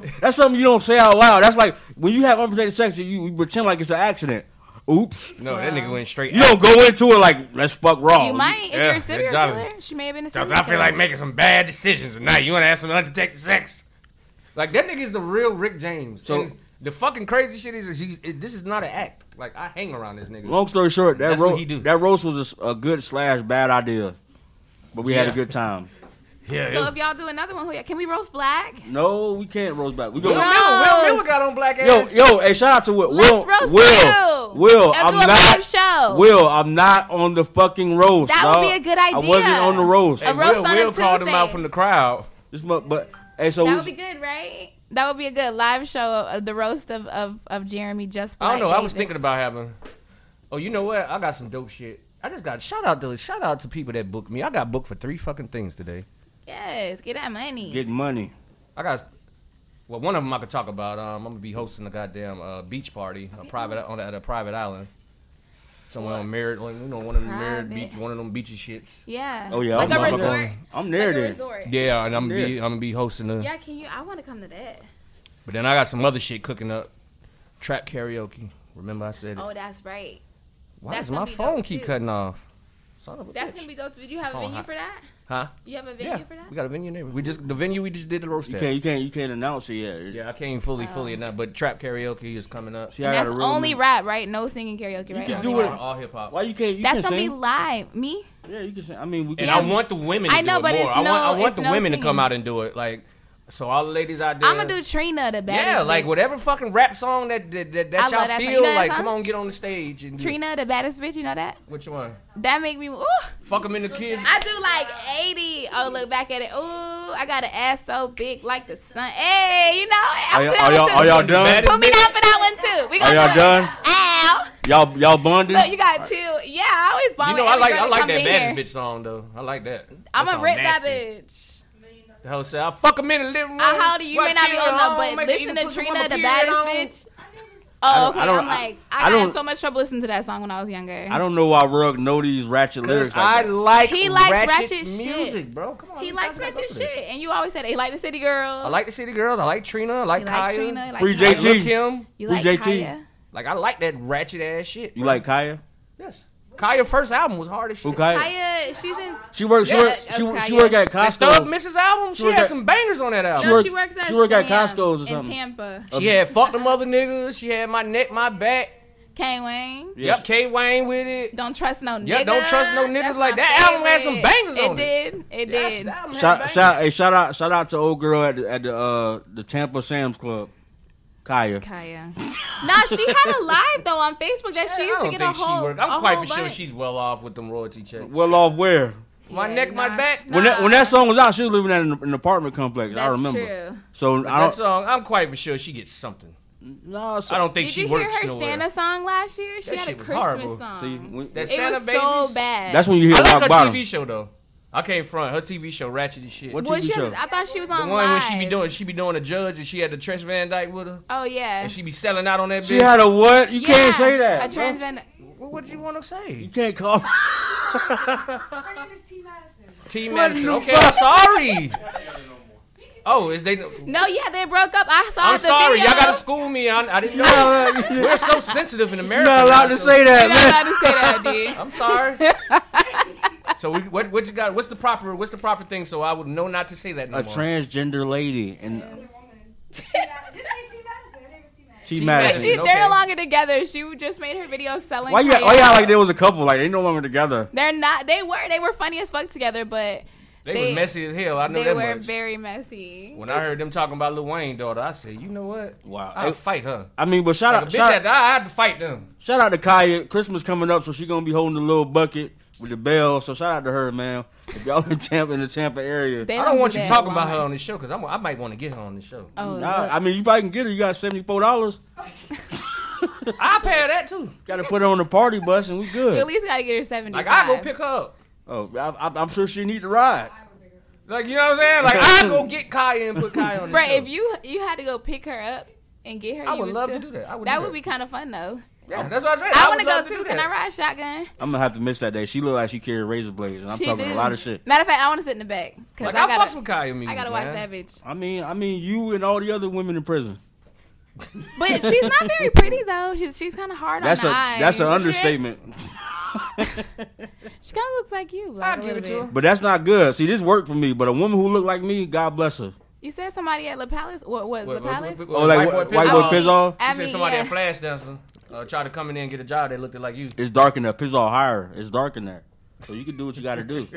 B: down, that's something you don't say out loud. That's like when you have unprotected sex, you, you pretend like it's an accident. Oops.
A: No, that nigga went straight.
B: You don't go into it like let's fuck raw.
C: You might if
A: yeah,
C: you're
A: good
C: a serial
A: job.
C: killer. She may have been a serial
A: Cause
C: killer.
A: I feel like making some bad decisions tonight. You want to have some unprotected sex? Like that nigga is the real Rick James.
B: So-
A: And the fucking crazy shit is, is he's, it, this is not an act. Like I hang around this nigga.
B: Long story short, that
A: That's what
B: ro-
A: he do.
B: that roast was a s- a, good slash bad idea, but we had
A: Yeah.
B: a good time.
A: yeah.
C: So if y'all do another one, who y'all- can we roast black?
B: No, we can't roast back. We go.
A: Will Miller, Will
C: Gross.
A: Miller got on black
B: Yo,
A: ass.
B: yo, hey, shout out to Will.
C: Let's
B: Will,
C: roast
B: Will,
C: you.
B: Will,
C: Let's
B: I'm
C: do a
B: not.
C: live show.
B: Will, I'm not on the fucking roast.
C: That would
B: dawg.
C: be a good
B: I
C: idea.
B: wasn't on the roast.
C: A roast
A: Will,
C: on a
A: Will called him
C: Tuesday.
A: out from the crowd.
B: This mu- but hey, so
C: That
B: we-
C: would be good, right? That would be a good live show of the roast of of, of Jeremy just.
A: I don't know.
C: Black
A: I was
C: Davis.
A: thinking about having. Oh, you know what? I got some dope shit. I just got shout out to shout out to people that booked me. I got booked for three fucking things today.
C: Yes, get that money.
B: get money.
A: I got. Well, one of them I could talk about. Um, I'm gonna be hosting a goddamn uh, beach party, a private on at a private island, somewhere on Merritt, like, you know, one of them Merritt
C: Private.
A: beach, one of them beachy shits.
C: yeah.
B: Oh, yeah,
C: Like
B: I'm-
C: a
B: I'm-
C: resort.
B: I'm there
C: like a
B: then.
C: resort.
A: Yeah, and I'm gonna be
B: Yeah.
A: I'm gonna be hosting a.
C: Yeah, can you? I want to come to that.
A: But then I got some other shit cooking up, trap karaoke. Remember I said it.
C: Oh, that's right.
A: Why
C: that's
A: does my
C: gonna be
A: phone
C: dope,
A: keep
C: too.
A: cutting off? Son of a
C: That's
A: bitch.
C: gonna be dope. Did you have a
A: Oh,
C: venue
A: hi.
C: for that?
A: huh?
C: You have a venue
A: Yeah,
C: for that?
A: we got a venue there. We just the venue we just did the roast
B: You
A: at.
B: can't, you can't, you can't announce it yet.
A: Yeah, I came fully,
C: Oh.
A: fully enough, but trap karaoke is coming up.
B: See,
C: and
B: I got
C: that's
B: a real
C: only
B: name.
C: rap, right? No singing karaoke, right?
B: can
C: Only
B: do
C: rap.
B: it.
A: all hip hop.
B: Why you can't? You
C: That's
B: can
C: gonna
B: sing.
C: be live. Me?
B: yeah, you can sing. I mean, we can.
A: And I
C: Yeah.
A: want the women. To
C: I know,
A: do it
C: but
A: more.
C: it's
A: I want, I
C: no-
A: want
C: it's
A: the
C: no
A: women to come
C: singing.
A: out and do it. Like, so all the ladies out there.
C: I'm gonna do Trina the baddest.
A: Yeah, like
C: bitch.
A: whatever fucking rap song that that, that,
C: I
A: that
C: love
A: y'all
C: that song. You
A: feel
C: know that
A: like.
C: song?
A: Come on, get on the stage and do-
C: Trina the baddest bitch. You know that?
A: Which one?
C: That make me. Ooh.
A: Fuck them in the kids.
C: I do like 80. Oh, look back at it. Ooh, I got an ass so big like the sun. Hey, you know,
B: Are
C: I'm
B: y'all,
C: feeling
B: are y'all, are
C: too.
B: y'all done?
A: Baddest-
C: Put me down for that one too. We gonna
B: Are y'all
C: do it.
B: done?
C: Ow.
B: Y'all, y'all bonded.
C: Look, you got two. Yeah, I always bond
A: you know,
C: with
A: I
C: every
A: like
C: girl
A: I like
C: comes
A: that
C: in
A: baddest
C: here.
A: bitch song though. I like that.
C: I'm
A: That
C: gonna
A: song
C: rip
A: nasty.
C: that bitch.
A: The whole say, "I fuck them in the living room."
C: I holler you. You
A: Why
C: may not be
A: chill
C: old enough,
A: home,
C: but
A: make the
C: listen
A: eating
C: to
A: pussy
C: Trina
A: woman
C: the
A: period
C: baddest
A: on."
C: bitch.
B: I
C: Oh,
B: don't-
C: okay.
B: I don't-
C: I'm like,
B: I
C: I, got in
B: don't-
C: so much trouble listening to that song when I was younger.
B: I don't know why Rug know these ratchet lyrics. Like
A: I
B: that.
A: like
C: He likes
A: ratchet,
C: ratchet shit.
A: music, bro. Come on,
C: he
A: we
C: likes
A: talking about
C: ratchet
A: both of
C: shit,
A: this.
C: and you always said he liked the city girls.
A: I like the city girls. I like Trina. I like
C: you
A: Kaya.
C: like Trina, you like
B: Free
A: I
C: Kaya,
B: JT.
A: look him.
C: you
B: Free
C: like
B: JT.
C: Kaya.
A: Like I like that ratchet ass shit.
B: You like Kaya?
A: Yes. Kaya first album was hard as shit.
B: Who Kaya?
C: Kaya, she's in.
B: She works.
A: Yes.
B: she works. She, she
C: Kaya.
B: work at
A: That Thug
B: Costco.
A: Mrs. album, she
B: She
A: had
B: work-
A: some bangers on that
C: No,
A: album.
B: work-
C: she works at
B: she work at
C: Sam's
B: Costco's or
C: in
A: Uh,
B: something.
C: Tampa.
A: She had fuck the mother niggas. She had my neck, my back.
C: K Wayne.
A: Yep, K Wayne with it.
C: Don't trust no niggas.
A: Yeah, don't trust no niggas
C: That's
A: like
C: my
A: that. Album had some
C: favorite.
A: bangers on it.
C: It did.
A: That
C: It did.
A: album had
B: Shout,
A: bangers.
B: shout, hey, shout out, shout out to old girl at the, at the uh the Tampa Sam's Club, Kaya.
C: Kaya. nah, she had a live though on Facebook that she
A: I
C: used to
A: don't
C: get a
A: think she
C: whole.
A: worked.
C: a
A: I'm quite
C: whole
A: for sure
C: bunch.
A: she's well off with them royalty checks.
B: Well off where?
A: my
C: Yeah,
A: neck, my
C: nah,
A: back.
C: she-
B: When that when
C: Nah.
B: that song was out, she was living at an, an apartment complex. I
C: That's
B: remember.
C: true.
B: So I
A: that
B: don't.
A: song, I'm quite for sure she gets something.
B: No, so,
A: I don't think
C: Did
A: she
C: you hear
A: works
C: her
A: nowhere.
C: Santa song last year? She
A: That
C: had a
A: shit was
C: Christmas
A: horrible.
C: song.
B: See, when-
A: That's-
C: it
A: Santa
C: was
A: Babies?
C: so bad.
B: that's when you hear
A: I
B: rock
A: like her
B: bottom.
A: TV show though. I can't front her TV show, ratchet as shit.
B: What
C: Well,
B: TV
C: she
B: show?
C: was, I thought she was on
A: the one when
C: live.
A: she be doing, she be doing a judge, and she had the Trish Van Dyke with her,
C: Oh yeah.
A: and she be selling out on that.
B: She
A: bitch.
B: had a what? You can't say
C: A
B: that.
C: transgender.
A: Well, what did you want to say?
B: you can't call.
D: Her name is T. Madison.
A: T
B: What
A: Madison.
B: the
A: Okay,
B: fuck?
A: I'm sorry.
D: no more.
A: Oh, is they?
C: No, yeah, they broke up. I saw
A: I'm
C: the
A: sorry.
C: video.
A: Y'all gotta school me. I, I didn't know.
B: You're
A: We're so sensitive in America.
B: not allowed
A: now,
B: to
A: so-
B: say
C: You're not allowed
B: that,
C: to say that, dude.
A: I'm sorry. so we, what? What you got? What's the proper? What's the proper thing? So I would know not to say that no
B: man. A
A: more.
B: transgender lady and
D: Another woman. T. Madison. Just say T. Madison. Her name is T. Madison.
B: T
C: But
A: Madison.
B: Madison.
C: she,
A: okay.
C: they're no longer together. She just made her video selling.
B: Why y'all,
C: Kaya.
B: why y'all like there was a couple like they no longer together?
C: They're not. They were. They were funny as fuck together, but
A: They,
C: They-
A: was messy as hell. I know
C: they
A: that
C: were
A: much.
C: very messy.
A: when I heard them talking about Lil Wayne daughter, I said, you know what?
B: Wow.
A: I'll
B: It-
A: fight her.
B: I mean, but shout
A: Like a
B: out,
A: bitch
B: shout,
A: had to- I had to fight them.
B: shout out to Kaya. Christmas coming up, so she gonna be holding the little bucket with the bell. So shout out to her, man. If y'all in Tampa in the Tampa area,
C: They
A: I don't
C: do
A: want you
C: that
A: talking about
C: online.
A: her on this show because I might want to get her on the show.
C: Oh,
B: nah,
C: look.
B: I mean, you probably can get her. You got seventy four dollars.
A: I'll pay her that too.
B: Got to put her on the party bus, and we
C: you at
B: good.
C: least gotta get her seventy.
A: Like I go pick her up.
B: Oh, I, I, I'm sure she need to ride.
A: Like you know what I'm saying? Like I go get Kaya and put Kaya on. the
C: Right,
A: show.
C: if you you had to go pick her up and get her,
A: I
C: you
A: would love
C: still-
A: to do that. I would.
C: That
A: do
C: would be kind of fun though.
A: Yeah, that's what I said.
C: I,
A: would
C: want to go
A: love do
C: too. Can
A: that.
C: I ride shotgun?
B: I'm gonna have to miss that day. She look like she carried razor blades, and I'm
C: She
B: talking a
C: do.
B: lot of shit.
C: Matter of fact, I want to sit in the back because
A: Like
C: I,
A: I, fuck
C: gotta
A: some Kaya music.
C: I gotta watch
A: man.
C: that bitch.
B: I mean, I mean, you and all the other women in prison.
C: But she's not very pretty though. She's she's kind of hard
B: That's
C: on
B: a
C: the eyes.
B: that's an
C: She-
B: understatement.
C: She kind of looks like you.
A: I'll
C: Like, a
A: give
C: little
A: it to her.
C: bit.
B: But that's not good. See, this worked for me. But a woman who looked like me, God bless her.
C: You said somebody at La Palace. What was La
A: What- what-
C: Palace?
A: what-
B: Oh, like wh-
A: White Boy
B: White
A: Pizza?
B: Boy
C: I mean-
B: Pizzol?
C: I
A: You said
C: mean,
A: somebody at
C: yeah.
A: Flash Dancer uh, tried to come in there and get a job that looked like you.
B: It's dark in there. Pizzol higher. It's dark in there. So you can do what you got to do.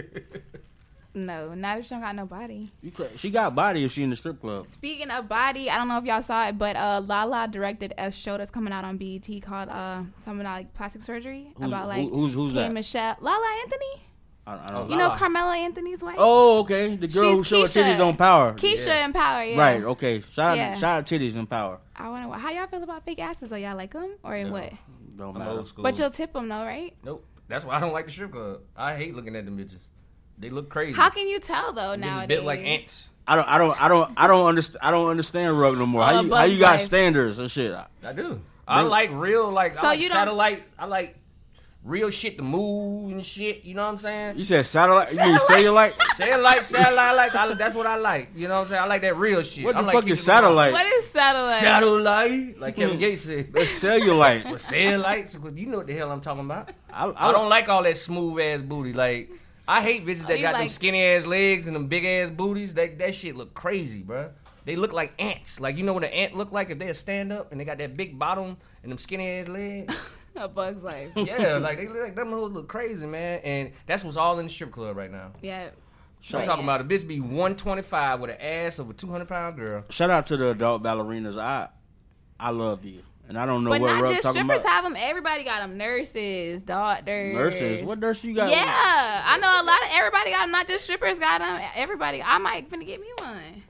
C: No, not if she don't got no body.
B: You cra- she got body if she in the strip club.
C: Speaking of body, I don't know if y'all saw it, but uh, Lala directed a show that's coming out on BET called uh, something like plastic surgery
B: Who's-
C: about like
B: who- who's- who's
C: Kay
B: that?
C: Michelle Lala Anthony.
B: I, I don't
C: You
B: know.
C: know
A: Lala.
C: Carmelo Anthony's wife.
B: Oh, okay. The girl
C: She's
B: who showed
C: Keisha.
B: titties on power.
C: Keisha
A: yeah.
C: and Power. Yeah.
B: Right. Oh. Okay. Shout out,
C: Yeah.
B: shout out titties and power.
C: I want to. How y'all feel about fake asses? Are y'all like them or what?
B: Don't
A: I'm
B: matter.
A: old school.
C: But you'll tip them though, right?
A: nope. That's why I don't like the strip club. I hate looking at them bitches. They look crazy.
C: How can you tell though
A: Bitches
C: nowadays?
A: bit like ants.
B: I don't. I don't. I don't. I don't understand. I don't understand rug no more. How
C: Uh,
B: you, how you
C: Bugs
B: got
C: Life.
B: standards and shit?
A: I do. I
B: They-
A: like real, like I
C: So
A: like
C: you don't-
A: satellite. I like real shit to move and shit. You know what I'm saying?
B: You said satellite. You mean satellite?
A: Satellite, satellite, like I, that's what I like. You know what I'm saying? I like that real shit.
B: What
A: I'm
B: the
A: like
B: fuck is
A: keeping it real.
B: satellite?
C: What is satellite?
A: Satellite, like Kevin Gates said.
B: That's cellulite.
A: But satellites, you know what the hell I'm talking about.
B: I, I,
A: I don't like all that smooth ass booty. Like I hate bitches that
C: Oh, you
A: got them
C: like-
A: skinny ass legs and them big ass booties. That that shit look crazy, bruh. They look like ants. Like you know what an ant look like if they a stand up and they got that big bottom and them skinny ass legs.
C: A bug's life.
A: yeah, like they look like them hoes look crazy, man. And that's what's all in the strip club right now.
C: Yeah.
A: I'm talking about a bitch be 125 with an ass of a 200 pound girl.
B: Shout out to the adult ballerinas. I I love you, and I don't know
C: But
B: what
C: not
B: Rub
C: just
B: talking
C: strippers
B: about.
C: have them. Everybody got them. Nurses, doctors.
B: Nurses, what nurse you
C: Yeah,
B: got?
C: I know a lot of everybody got 'em, Not just strippers got them. Everybody. I might finna get me one.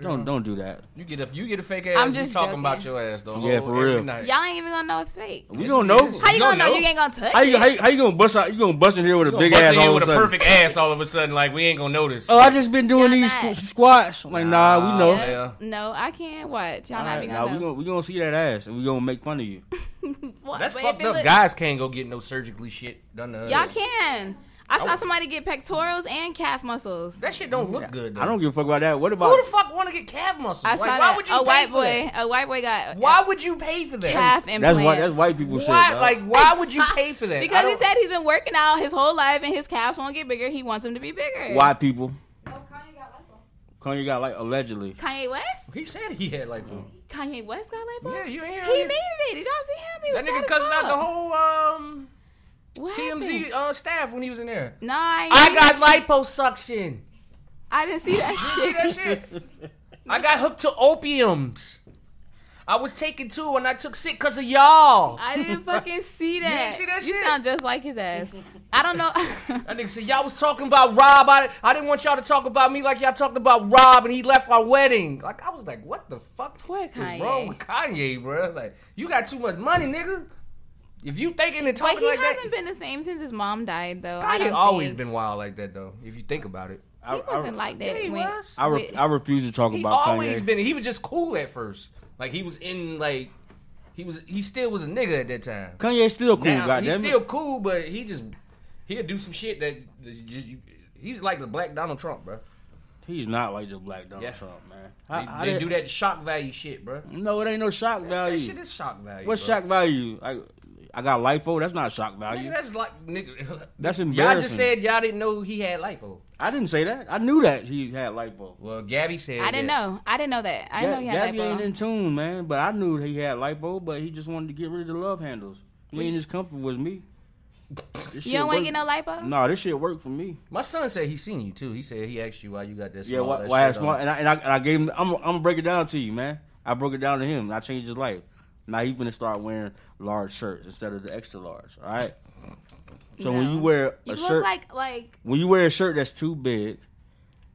B: Don't don't do that.
A: You get a you get a fake ass.
C: I'm
A: we
C: just
A: talking
C: joking.
A: about your ass though.
B: Yeah, for real.
C: Y'all ain't even gonna know it's fake.
B: We don't know.
C: How you
A: You
C: gonna
A: don't
C: know?
A: know.
C: You ain't gonna touch
B: How you,
C: it.
B: how you how you gonna bust out? You gonna bust in here with a big ass all
A: with
B: of
A: a
B: a sudden?
A: perfect ass all of a sudden. Like we ain't gonna notice.
B: Oh, I just been doing
C: Yeah,
B: these
C: that.
B: squ- squats. I'm like, nah, we know.
A: Yeah.
C: Uh, No, I can't watch. Y'all all not
B: Alright,
C: even
B: nah,
C: gonna
B: we
C: know.
B: gonna we gonna see that ass and we gonna make fun of you.
C: What?
A: That's
C: But if
A: fucked
C: it
A: up.
C: look-
A: Guys can't go get no surgically shit done to us.
C: Y'all can. I saw
A: would-
C: somebody get pectorals and calf muscles.
A: That shit don't look good. Though.
B: I don't give a fuck about that. What about
A: Who the fuck want to get calf muscles?
C: I
A: like,
C: saw
A: why
C: that.
A: would you
C: a
A: pay
C: white
A: for
C: boy.
A: that?
C: A white boy got
A: Why would you pay for that?
C: calf implants.
B: that's white that's white people shit.
A: Why?
B: dog.
A: Like, why would you pay for that?
C: Because
A: I
C: he
A: don't-
C: said he's been working out his whole life and his calves won't get bigger. He wants them to be bigger.
B: white people?
D: Oh, Kanye got lipo.
B: Kanye got like allegedly.
C: Kanye West?
A: He said he had like one.
C: Kanye West got labeled?
A: Yeah, you ain't
C: He needed it. Did y'all see him? He was
A: That nigga
C: fat as
A: cussed out the
C: fuck.
A: whole um,
C: What
A: TMZ
C: happened?
A: uh, staff when he was in there.
C: No, I, ain't
A: I
C: see that
A: got
C: shit.
A: liposuction.
C: I didn't see that
A: See
C: shit.
A: that shit? I got hooked to opiums. I was taking two and I took six because of y'all.
C: I didn't fucking see that.
A: didn't see that
C: You
A: shit?
C: sound just like his ass. I don't know.
A: That nigga said, y'all was talking about Rob. I, I didn't want y'all to talk about me like y'all talked about Rob and he left our wedding. Like, I was like, what the fuck
C: Poor
A: is wrong
C: Kanye.
A: with Kanye, bro? Like, you got too much money, nigga. If you thinking and
C: But
A: talking
C: he
A: like
C: hasn't
A: that,
C: been the same since his mom died, though. I
A: Kanye
C: don't
A: always
C: think.
A: been wild like that, though, if you think about it.
B: I,
C: He wasn't
B: I,
C: like that.
A: he
C: when-
A: was.
B: I, re-
C: with-
B: I refuse to talk
A: He
B: about
A: always
B: Kanye.
A: been, he was just cool at first. Like, he was in, like, he was, he still was a nigga at that time.
B: Kanye still cool,
A: now, he's
B: goddamn
A: still cool, but he just he'll do some shit that is just you, he's like the black Donald Trump, bro.
B: He's not like the black Donald
A: Yeah.
B: Trump, man.
A: They,
B: How- how
A: they
B: did-
A: do that shock value shit, bro.
B: No, it ain't no shock
A: That
B: value.
A: shit is shock value.
B: What's
A: bruh.
B: shock value? Like, I got lipo. That's not shock value.
A: Nigga, that's like nigga. Y'all
B: That's
A: just
B: embarrassing.
A: said y'all didn't know he had lipo.
B: I didn't say that. I knew that he had lipo.
A: Well, Gabby said
C: I didn't
A: that.
C: know. I didn't know that. I didn't know he had
B: Gabby ain't
C: lipo.
B: in tune, man. But I knew he had lipo. But he just wanted to get rid of the love handles. He ain't as comfortable as me. This
C: You
B: shit
C: don't want to
B: work-
C: get no lipo?
B: No, this shit worked for me.
A: My son said he seen you too. He said he asked you why you got that.
B: Yeah,
A: small
B: why,
A: ass
B: why I
A: shit
B: smart?
A: on.
B: And I, and, I, and I gave him. I'm, I'm gonna break it down to you, man. I broke it down to him. and I changed his life. Now he's gonna start wearing large shirts instead of the extra large. All right. So when
C: No.
B: you wear a
C: You look
B: shirt,
C: like like
B: when you wear a shirt that's too big,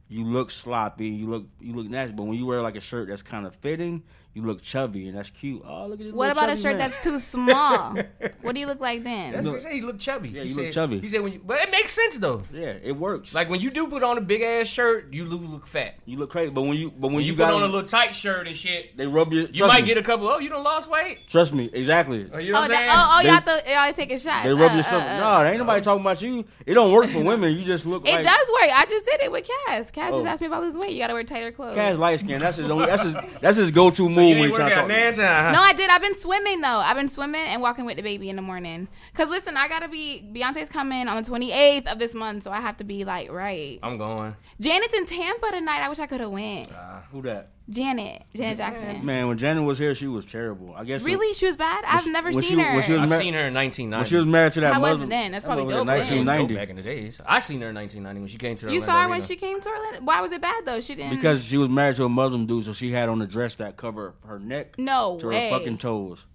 B: you look sloppy, you look you look nasty. But when you wear like a shirt that's kind of fitting, you look chubby and that's cute. Oh, look at this.
C: what
B: little
C: about
B: chubby
C: a shirt
B: man.
C: that's too small? what do you look like then?
A: That's what he said. He looked chubby.
B: Yeah,
A: he
B: you
A: said,
B: look chubby.
A: He said when you, but it makes sense though.
B: yeah, it works. Like
A: Like when you do put on a big ass shirt, you do look fat.
B: you look crazy, but when you but when,
A: When you,
B: you,
A: put
B: got
A: on a
B: them,
A: little tight shirt and shit,
B: they rub your.
A: you
B: trust
A: might
B: me,
A: get a couple. Oh, you done lost weight.
B: Trust me, exactly.
A: Oh, you know
C: Oh,
A: what I'm saying?
C: that, oh, oh, y'all
B: They-
C: thought y'all taking shots.
B: They rub
C: Uh,
B: your
C: uh,
B: stuff.
C: uh.
B: No, there ain't nobody talking about you. It don't work for women. You just look.
C: It
B: like,
C: does work. I just did it with Cass. Cass
B: Oh.
C: just asked me if I was weight. You gotta wear tighter clothes.
B: Cash light skin. That's his. Only, that's his. That's his go-to move
A: So you
B: when
A: ain't
B: he's trying
A: working
B: to
A: out
B: talk.
A: nine time,
C: No,
A: huh?
C: I did. I've been swimming though. I've been swimming and walking with the baby in the morning. Cause listen, I gotta be Beyonce's coming on the 28th of this month, so I have to be like right.
B: Oh.
A: I'm going.
C: Janet's in Tampa tonight. I wish I could have went.
B: Who that?
C: Janet, Janet Jackson.
B: Man, when Janet was here, she was terrible. I guess
C: Really, she was bad. I've never
B: was
C: seen
B: she-
C: her.
B: was she a
A: I
B: Ma-
A: seen her in 1990.
B: when she was married to that
C: How was it
B: Muslim-
C: then? That's
B: that
C: probably
B: motherfucker in
C: dope then.
A: Go
B: 1990.
A: back in the days. I seen her in 1990 when she came to.
C: you
A: Orlando
C: saw her when
A: Arena.
C: she came to Orlando. Why was it bad though? She didn't.
B: Because she was married to a Muslim dude, so she had on a dress that covered her neck
C: No
B: to
C: way.
B: her fucking toes.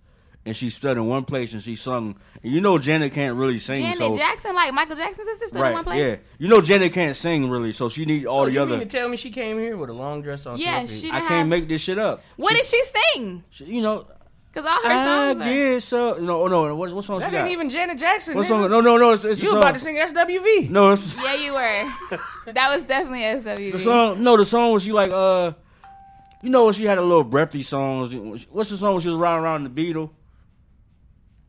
B: And she stood in one place and she sung. And you know Janet can't really sing,
C: Janet
B: so
C: Jackson, like Michael Jackson's sister, stood in one
B: right,
C: place.
B: yeah. You know Janet can't sing really, so she need all
A: So
B: the
A: you mean
B: other.
A: to tell me she came here with a long dress on? to
C: Yeah,
A: her feet?
C: she
B: I
C: didn't
B: can't
C: have-
B: make this shit up.
C: What did she sing?
B: She- you know,
C: Because all her
B: I
C: songs. are-
B: guess so. No, no. What, what song
A: That
B: she got?
A: ain't even Janet Jackson.
B: what
A: nigga.
B: song? No, no, no. It's, it's the
A: You
B: song.
A: about to sing SWV?
B: No, it's
C: Yeah, you were. that was definitely SWV.
B: the song. No, the song was she like uh, you know when she had a little breathy songs. What's the song when she was riding around the Beetle?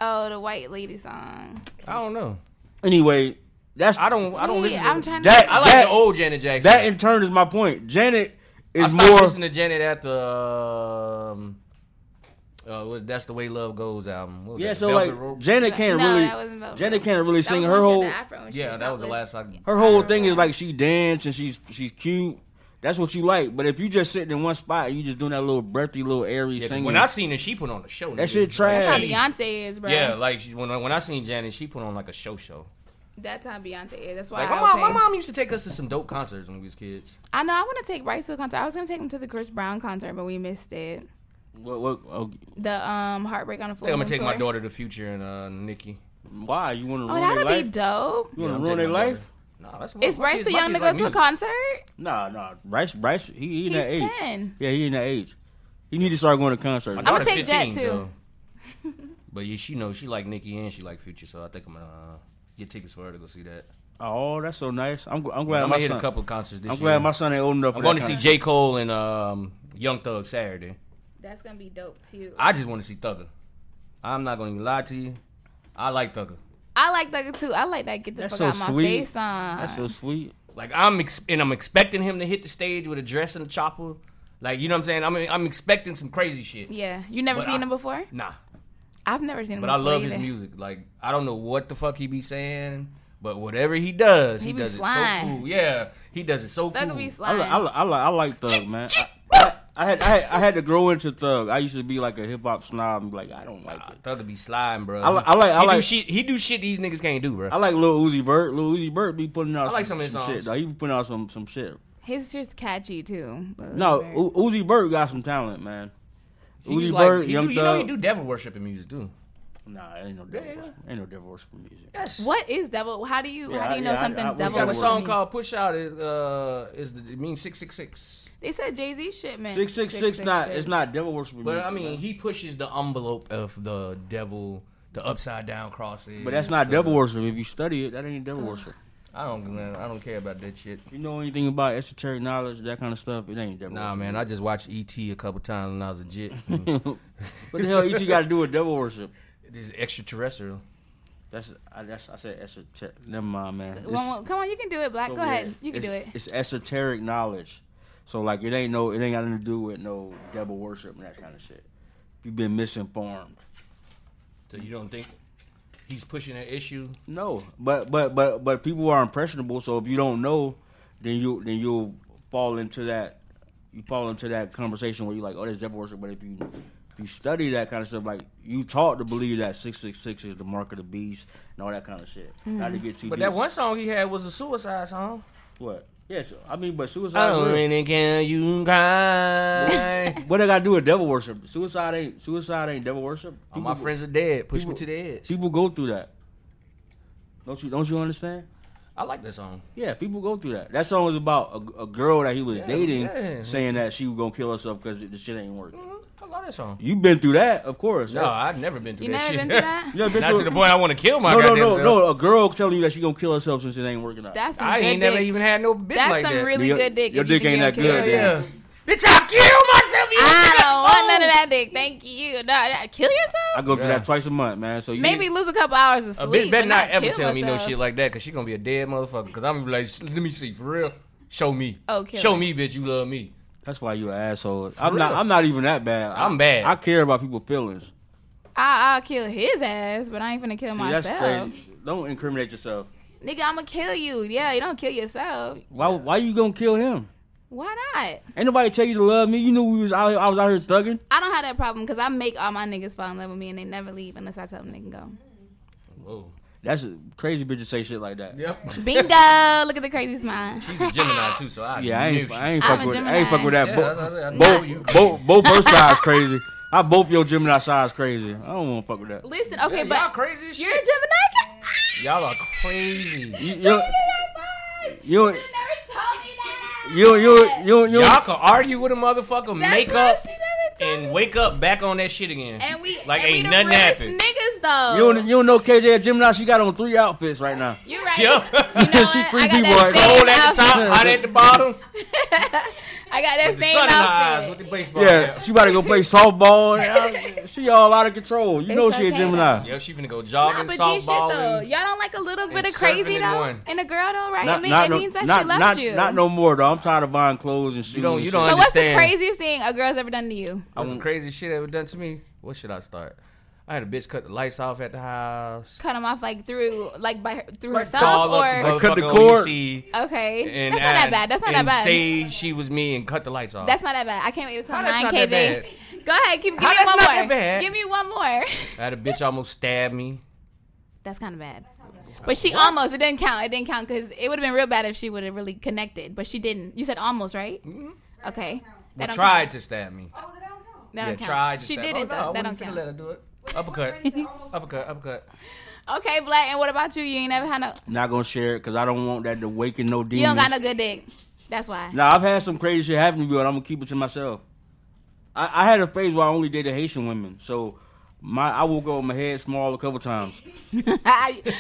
C: Oh, the white lady song.
A: I don't know.
B: Anyway, that's
A: I don't. I don't
C: Wait,
A: listen. To
C: I'm trying
B: That-
C: to.
A: I like
B: That-
A: the old Janet Jackson.
B: That in turn is my point. Janet
A: I
B: is
A: stopped
B: more.
A: listening to Janet after. Um, uh, what- that's the way love goes album. What was
B: Yeah,
A: that?
B: so
A: Velvet
B: like
A: Rope?
B: Janet can't
C: no,
B: really.
C: that wasn't Velvet
B: Janet
C: Rope.
B: can't really
C: That
B: sing.
C: was
B: Her
C: when she had
B: whole
C: the Uh-huh. afro and she
A: yeah,
C: was
A: that was the
C: topless.
A: last. I,
B: her whole thing is like she dance and she's she's cute. That's what you like. But if you just sitting in one spot and you just doing that little breathy, little airy
A: yeah, 'cause
B: singing,
A: when I seen her, she put on a show.
B: That
A: nigga.
B: shit trash.
C: That's how
B: She-
C: Beyonce is, bro.
A: Yeah, like she, when I, when I seen Janet, she put on like a show show.
C: That's how Beyonce is. That's why
A: Like
C: I
A: my mom,
C: don't
A: my
C: pay.
A: mom used to take us to some dope concerts when we was kids.
C: I know. I want to take Rice to a concert. I was gonna take him to the Chris Brown concert, but we missed it.
B: what, what, oh,
C: The um heartbreak on the
A: I
C: floor.
A: think I'm gonna take
C: tour.
A: my daughter to Future and uh, Nikki.
B: why you want to
C: Oh,
B: ruin their
C: that'd
B: life?
C: be dope.
B: you want
A: Yeah,
B: to
A: I'm
B: ruin their
A: taking my
B: life?
A: Nah, that's
C: Is
A: my
C: Bryce
A: kids-
C: too
A: my
C: young to
A: kids
C: go
A: like
C: to a
A: music.
C: concert?
B: Nah, nah. Bryce, Bryce, he, he in
C: He's
B: that age.
C: 10.
B: Yeah, he in that age. He need to start going to concerts.
A: My
C: gonna
A: daughter's
C: take Jet,
A: 15,
C: too.
A: so- But yeah, she knows she like Nikki and she like Future, so I think I'm gonna uh, get tickets for her to go see that.
B: Oh, that's so nice. I'm, gl- I'm glad
A: I'm
B: my
A: gonna hit
B: son.
A: a couple of concerts this
B: I'm
A: year.
B: glad my son ain't old enough.
A: I'm
B: for that
A: going to see
B: kind of-
A: J Cole and um, Young Thug Saturday.
C: That's gonna be dope too. I,
A: I just want to see Thugger. I'm not gonna even lie to you. I like Thugger.
C: like that too. I like that. Get the
B: That's
C: fuck
B: so
C: out my
B: sweet.
C: face on.
B: That's so sweet.
A: Like I'm ex- and I'm expecting him to hit the stage with a dress and a chopper. Like you know what I'm saying? I'm I'm expecting some crazy shit.
C: yeah, you never
A: But
C: seen
A: I-
C: him before?
A: Nah,
C: I've never seen him.
A: but I
C: before
A: love his
C: either.
A: music. Like I don't know what the fuck he be saying, But whatever he does,
C: He
A: he,
C: be
A: does it so
C: slime.
A: cool. Yeah, he does it so
C: Thug
A: cool.
C: be
B: I,
C: slime.
B: li- I, li- I, li- I like Thug, man. I, I, I had, I, had, I had to grow into Thug. I used to be like a hip hop snob and be like, I don't like it.
A: Thug be slime, bro.
B: I li- I like- I
A: he do
B: like-
A: shit. He do shit these niggas can't do, bro.
B: I like Lil Uzi Vert. Lil Uzi Vert be putting out
A: I like some of his
B: shit.
A: songs.
B: though. He be putting out some, some shit.
C: His shit's catchy too. but-
B: No, U- Uzi Vert got some talent, man.
A: He
B: Uzi
A: just
B: Vert,
A: like, he
B: Young
A: do, you know
B: Thug.
A: he do devil worshiping music too.
B: Nah, ain't no devil
A: Yeah.
B: worship. Ain't no devil worship music.
A: Yes.
C: What is devil? How do you
B: Yeah,
C: how do you
B: I-
C: know
B: yeah, I-
C: something's
B: I- we
A: We
C: devil?
A: got a
B: Devil
A: song
C: worship?
A: called "Push Out." It, uh, is the, it means six six six.
C: They said Jay Z shit man.
B: Six six six. Not it's not devil worship.
A: But
B: music,
A: I
B: man.
A: mean, he pushes the envelope of the devil, the upside down crosses.
B: but that's not
A: the-
B: devil worship. If you study it, that ain't devil worship.
A: I don't, man, I don't care about that shit.
B: You know anything about esoteric knowledge, that kind of stuff? It ain't devil.
A: Nah,
B: worship.
A: man, I just watched ET a couple times when I was legit. Mm.
B: What the hell? Each got to do with devil worship.
A: this is extraterrestrial.
B: That's I, that's I said esoteric. Never mind, man. It's-
C: One, one- come on, you can do it, Black.
B: so
C: Go ahead,
B: weird.
C: you can do it.
B: It's- It's esoteric knowledge. So like it ain't no it ain't got nothing to do with no devil worship and that kind of shit. You've been misinformed.
A: So you don't think he's pushing an issue?
B: No, but but but but people are impressionable. So if you don't know, then you then you'll fall into that you fall into that conversation where you're like, oh, there's devil worship. But if you if you study that kind of stuff, like you taught to believe that six six six is the mark of the beast and all that kind of shit. Not to get too
A: But
B: deep.
A: that one song he had was a suicide song.
B: what? Yes, I mean, but
A: I
B: suicide.
A: don't really care you cry.
B: what I got to do with devil worship? Suicide ain't suicide ain't devil worship.
A: All my friends are dead. Push me to the edge.
B: People go through that. Don't you don't you understand?
A: I like that song.
B: Yeah, people go through that. That song was about a, a girl that he was
A: Yeah,
B: dating
A: yeah.
B: saying that she was gonna kill herself because the shit ain't working.
A: I love that song.
B: You've been through that, of course.
A: No, I've never been through
C: You
A: that
C: never
A: shit.
C: been through that?
B: You ever been
A: Not
B: through
A: to the point I want to kill my
B: No, no,
A: goddamn
B: no,
A: self.
B: no. A girl telling you that she gonna kill herself since it ain't working out.
C: That's some
A: I
C: good
A: ain't never
C: dick.
A: even had no bitch
C: That's
A: like
C: some
A: that.
C: really
B: Your-
C: good dick.
B: your
C: if you
B: dick
C: can
B: ain't that
C: be
B: good,
A: Hell
C: okay.
B: then.
A: yeah. Bitch, I killed
C: I
A: myself.
C: don't want none
A: Oh.
C: of that dick. Thank you. No, I- kill
B: I
C: yourself.
B: go through
A: Yeah.
B: that twice a month, man. So you,
C: Maybe lose a couple hours of
A: A
C: sleep.
A: bitch better
C: but
A: not ever
C: kill
A: tell me no
C: herself.
A: shit like that because she gonna be a dead motherfucker. Because I'm gonna be like, "Sh- let me see, for real. Show me.
C: Oh, kill
A: Show
C: her.
A: me, bitch, you love me.
B: that's why you an asshole. I'm not.
A: real.
B: I'm not even that bad. I-
A: I'm bad.
B: I care about people's feelings. See,
C: I, I'll kill his ass, but I ain't finna kill myself.
B: that's crazy. Don't incriminate yourself.
C: Nigga, I'ma kill you. Yeah, you don't kill yourself.
B: Why? Why you gonna kill him?
C: Why not?
B: Ain't nobody tell you to love me. You knew we was out. Here, I was out here thugging.
C: I don't have that problem because I make all my niggas fall in love with me and they never leave unless I tell them they can go.
A: Whoa.
B: That's crazy. Bitches say shit like that.
A: Yep.
C: Bingo! Look at the crazy smile.
A: She's a Gemini too, so I
B: Yeah, I
A: knew
B: ain't,
A: she
B: I ain't
C: I'm
B: fuck
C: a
B: with, I ain't
C: Gemini.
B: fuck with that.
A: Yeah,
B: Bo-
A: that's what I said. I know you-
B: both, both, both her sides crazy. I both your Gemini sides crazy. I don't want to fuck with that.
C: Listen, okay,
A: Yeah,
C: but
A: y'all crazy as
C: you're
A: shit.
C: a Gemini.
A: Y'all are crazy.
B: You, you, don't- you, don't-
C: never told me that.
B: you, don't- you, don't- you, don't- you,
A: Y'all
B: don't-
A: can argue with a motherfucker,
C: That's
A: make
C: why
A: up,
C: she never told me.
A: and wake up back on that shit again.
C: And we
A: like
C: and
A: ain't
C: we
A: nothing
C: the realest
A: happened.
C: Niggas though.
B: you, don't- you don't know KJ at Gemini. She got on three outfits right now.
C: You're right.
A: Yeah.
C: You know
B: She
C: what?
B: three
C: I got
B: people
C: that
B: right
C: same
A: Cold at the
C: outfit.
A: top, hot at the bottom.
C: I got that
A: The
C: same
A: sun in her eyes with
C: outfit.
A: the baseball
B: Yeah,
A: cap.
B: she about to go play softball. and all- She all out of control. You know
C: It's
B: she a
C: okay,
B: Gemini.
A: Yo, she finna go
C: Nah,
A: jogging,
C: but G shit
A: softball.
C: though.
A: and-
C: Y'all don't like a little bit
A: and
C: of crazy
A: surfing in
C: though,
A: one.
C: and a girl though, right? I mean, it
B: no-
C: means that she
B: not,
C: loves
B: not,
C: you.
B: not no more though. I'm tired of buying clothes and shoes.
A: don't-
B: and
A: you
B: shit.
A: don't-
C: so what's the
A: understand.
C: craziest thing a girl's ever done to you?
A: What's the crazy shit ever done to me? What should I start? I had a bitch cut the lights off at the house.
C: Cut him off like through, like by her, through herself,
A: Call
C: or
A: up
B: Like, cut the
A: motherfucker on
B: cord.
A: UC,
C: okay,
A: E And
C: that's not that
A: I-
C: bad. That's not that
A: and
C: bad.
A: Say she was me and cut the lights off.
C: That's not that bad. I can't wait to tell
A: How that's
C: mine,
A: not
C: KJ.
A: that bad?
C: Go ahead, give, give
A: How
C: me
A: that's
C: one
A: not
C: more.
A: that bad?
C: Give me one more.
A: I had a bitch almost stab me.
C: That's kind of bad. But she almost. It didn't count. It didn't count because it would have been real bad if she would have really connected. But she didn't. You said almost, right? Okay.
A: Mm-hmm. Well,
C: don't
A: tried
C: count.
A: to stab me.
D: Oh, that don't count.
C: That
A: yeah,
C: don't count.
A: tried to
C: she
A: stab
C: didn't
A: oh, no,
C: though.
A: I
C: That
A: wasn't
C: don't
A: finna
C: count.
A: Let her do it.
D: Wait,
A: Uppercut.
D: what friend said almost-
A: Uppercut, uppercut.
C: Okay, Black. And what about you? You ain't never had no.
B: Not gonna share it because I don't want that to waken no demons.
C: You don't got no good dick. That's why.
B: Now I've had some crazy shit happen to me, but I'm gonna keep it to myself. I, I had a phase where I only dated Haitian women, so my I woke up with my head small a couple times.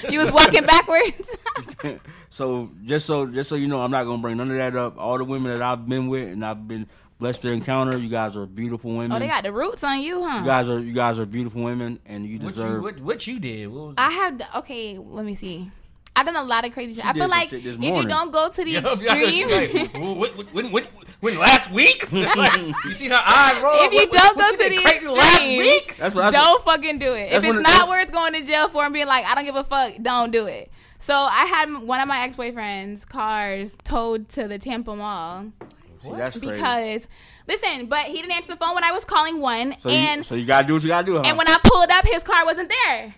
C: you was walking backwards.
B: so just so just so you know, I'm not gonna bring none of that up. All the women that I've been with and I've been blessed to encounter, you guys are beautiful women.
C: oh, they got the roots on you, huh?
B: you guys are you guys are beautiful women, and you
A: What you,
B: deserve.
A: what, what you did? What was,
C: I have. The, okay, let me see. I've done a lot of crazy shit. I
B: did
C: feel
B: some
C: like
B: shit this
C: if you
B: morning.
C: don't go to the
A: Yeah,
C: extreme,
A: like, when, when, when, when, when last week? Like, you seen her eyes roll?
C: If you
A: What- what-
C: don't
A: what
C: go
A: you
C: to
A: did
C: the
A: crazy last
C: extreme.
A: week?
B: That's what I said.
C: don't fucking do it. If
B: That's
C: it's
B: when it-
C: not worth going to jail for and being like, I don't give a fuck, don't do it. So I had m- one of my ex boyfriend's cars towed to the Tampa Mall
B: See, that's crazy.
C: because, listen, but he didn't answer the phone when I was calling one,
B: so,
C: and
B: you, so you gotta do what you gotta do. Huh?
C: and when I pulled up, his car wasn't there.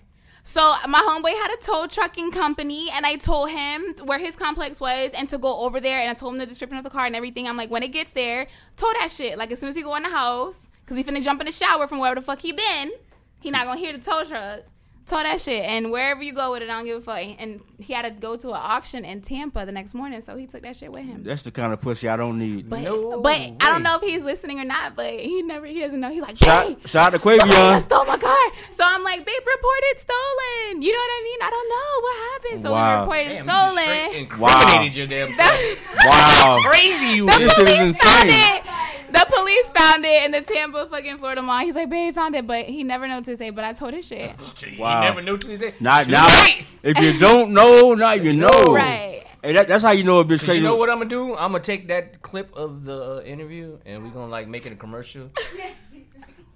C: So my homeboy had a tow trucking company, and I told him where his complex was and to go over there. And I told him the description of the car and everything. I'm like, when it gets there, tow that shit. Like as soon as he go in the house, cause he finna jump in the shower from wherever the fuck he been. He not gonna hear the tow truck. Tow that shit, and wherever you go with it, I don't give a fuck. And he had to go to an auction in Tampa the next morning, so he took that shit with him.
B: that's the kind of pussy I don't need.
C: But,
A: No
C: but I
A: way.
C: don't know if he's listening or not. But he never he doesn't know. He's like, hey,
B: Shout, shout out to
C: I
B: Quavion.
C: stole my car. So I'm like, babe, reported stolen. You know what I mean? I don't know what happened. So
B: Wow.
C: we reported
A: Damn, you just straight
C: stolen.
A: incriminated your damn self.
C: The,
B: Wow.
A: Crazy you
C: the
A: is.
B: This shit is
C: police found
B: insane.
C: it. The police found it in the Tampa fucking Florida mall. He's like, babe, found it, but he never knows to say. But I told his shit.
B: Wow.
A: You never knew Tuesday.
B: Now,
A: Too
B: now,
A: late.
B: if you don't know, now you know.
C: Right.
B: Hey, that, that's how you know a bitch crazy.
A: You know what I'm gonna do? I'm gonna take that clip of the uh, interview and we're gonna like make it a commercial.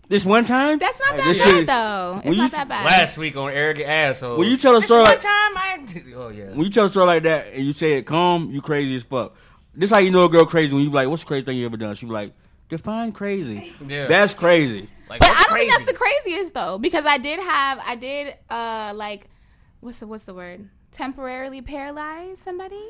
B: This one time,
C: That's not
B: Hey,
C: that
B: this
C: bad
B: shit-
C: though. It's
B: when
C: not
B: you-
C: that bad.
A: Last week on Eric Asshole.
B: When you tell a
A: this
B: story,
A: one time I oh yeah.
B: when you tell a story like that and you say it calm, you crazy as fuck. This how you know a girl crazy when you be like, "What's the crazy thing you ever done?" She be like, "Define crazy."
A: Yeah.
B: That's crazy.
A: Like,
C: But I
A: that's
C: don't
A: crazy.
C: think that's the craziest though, because I did have I did uh like what's the what's the word? Temporarily paralyze somebody.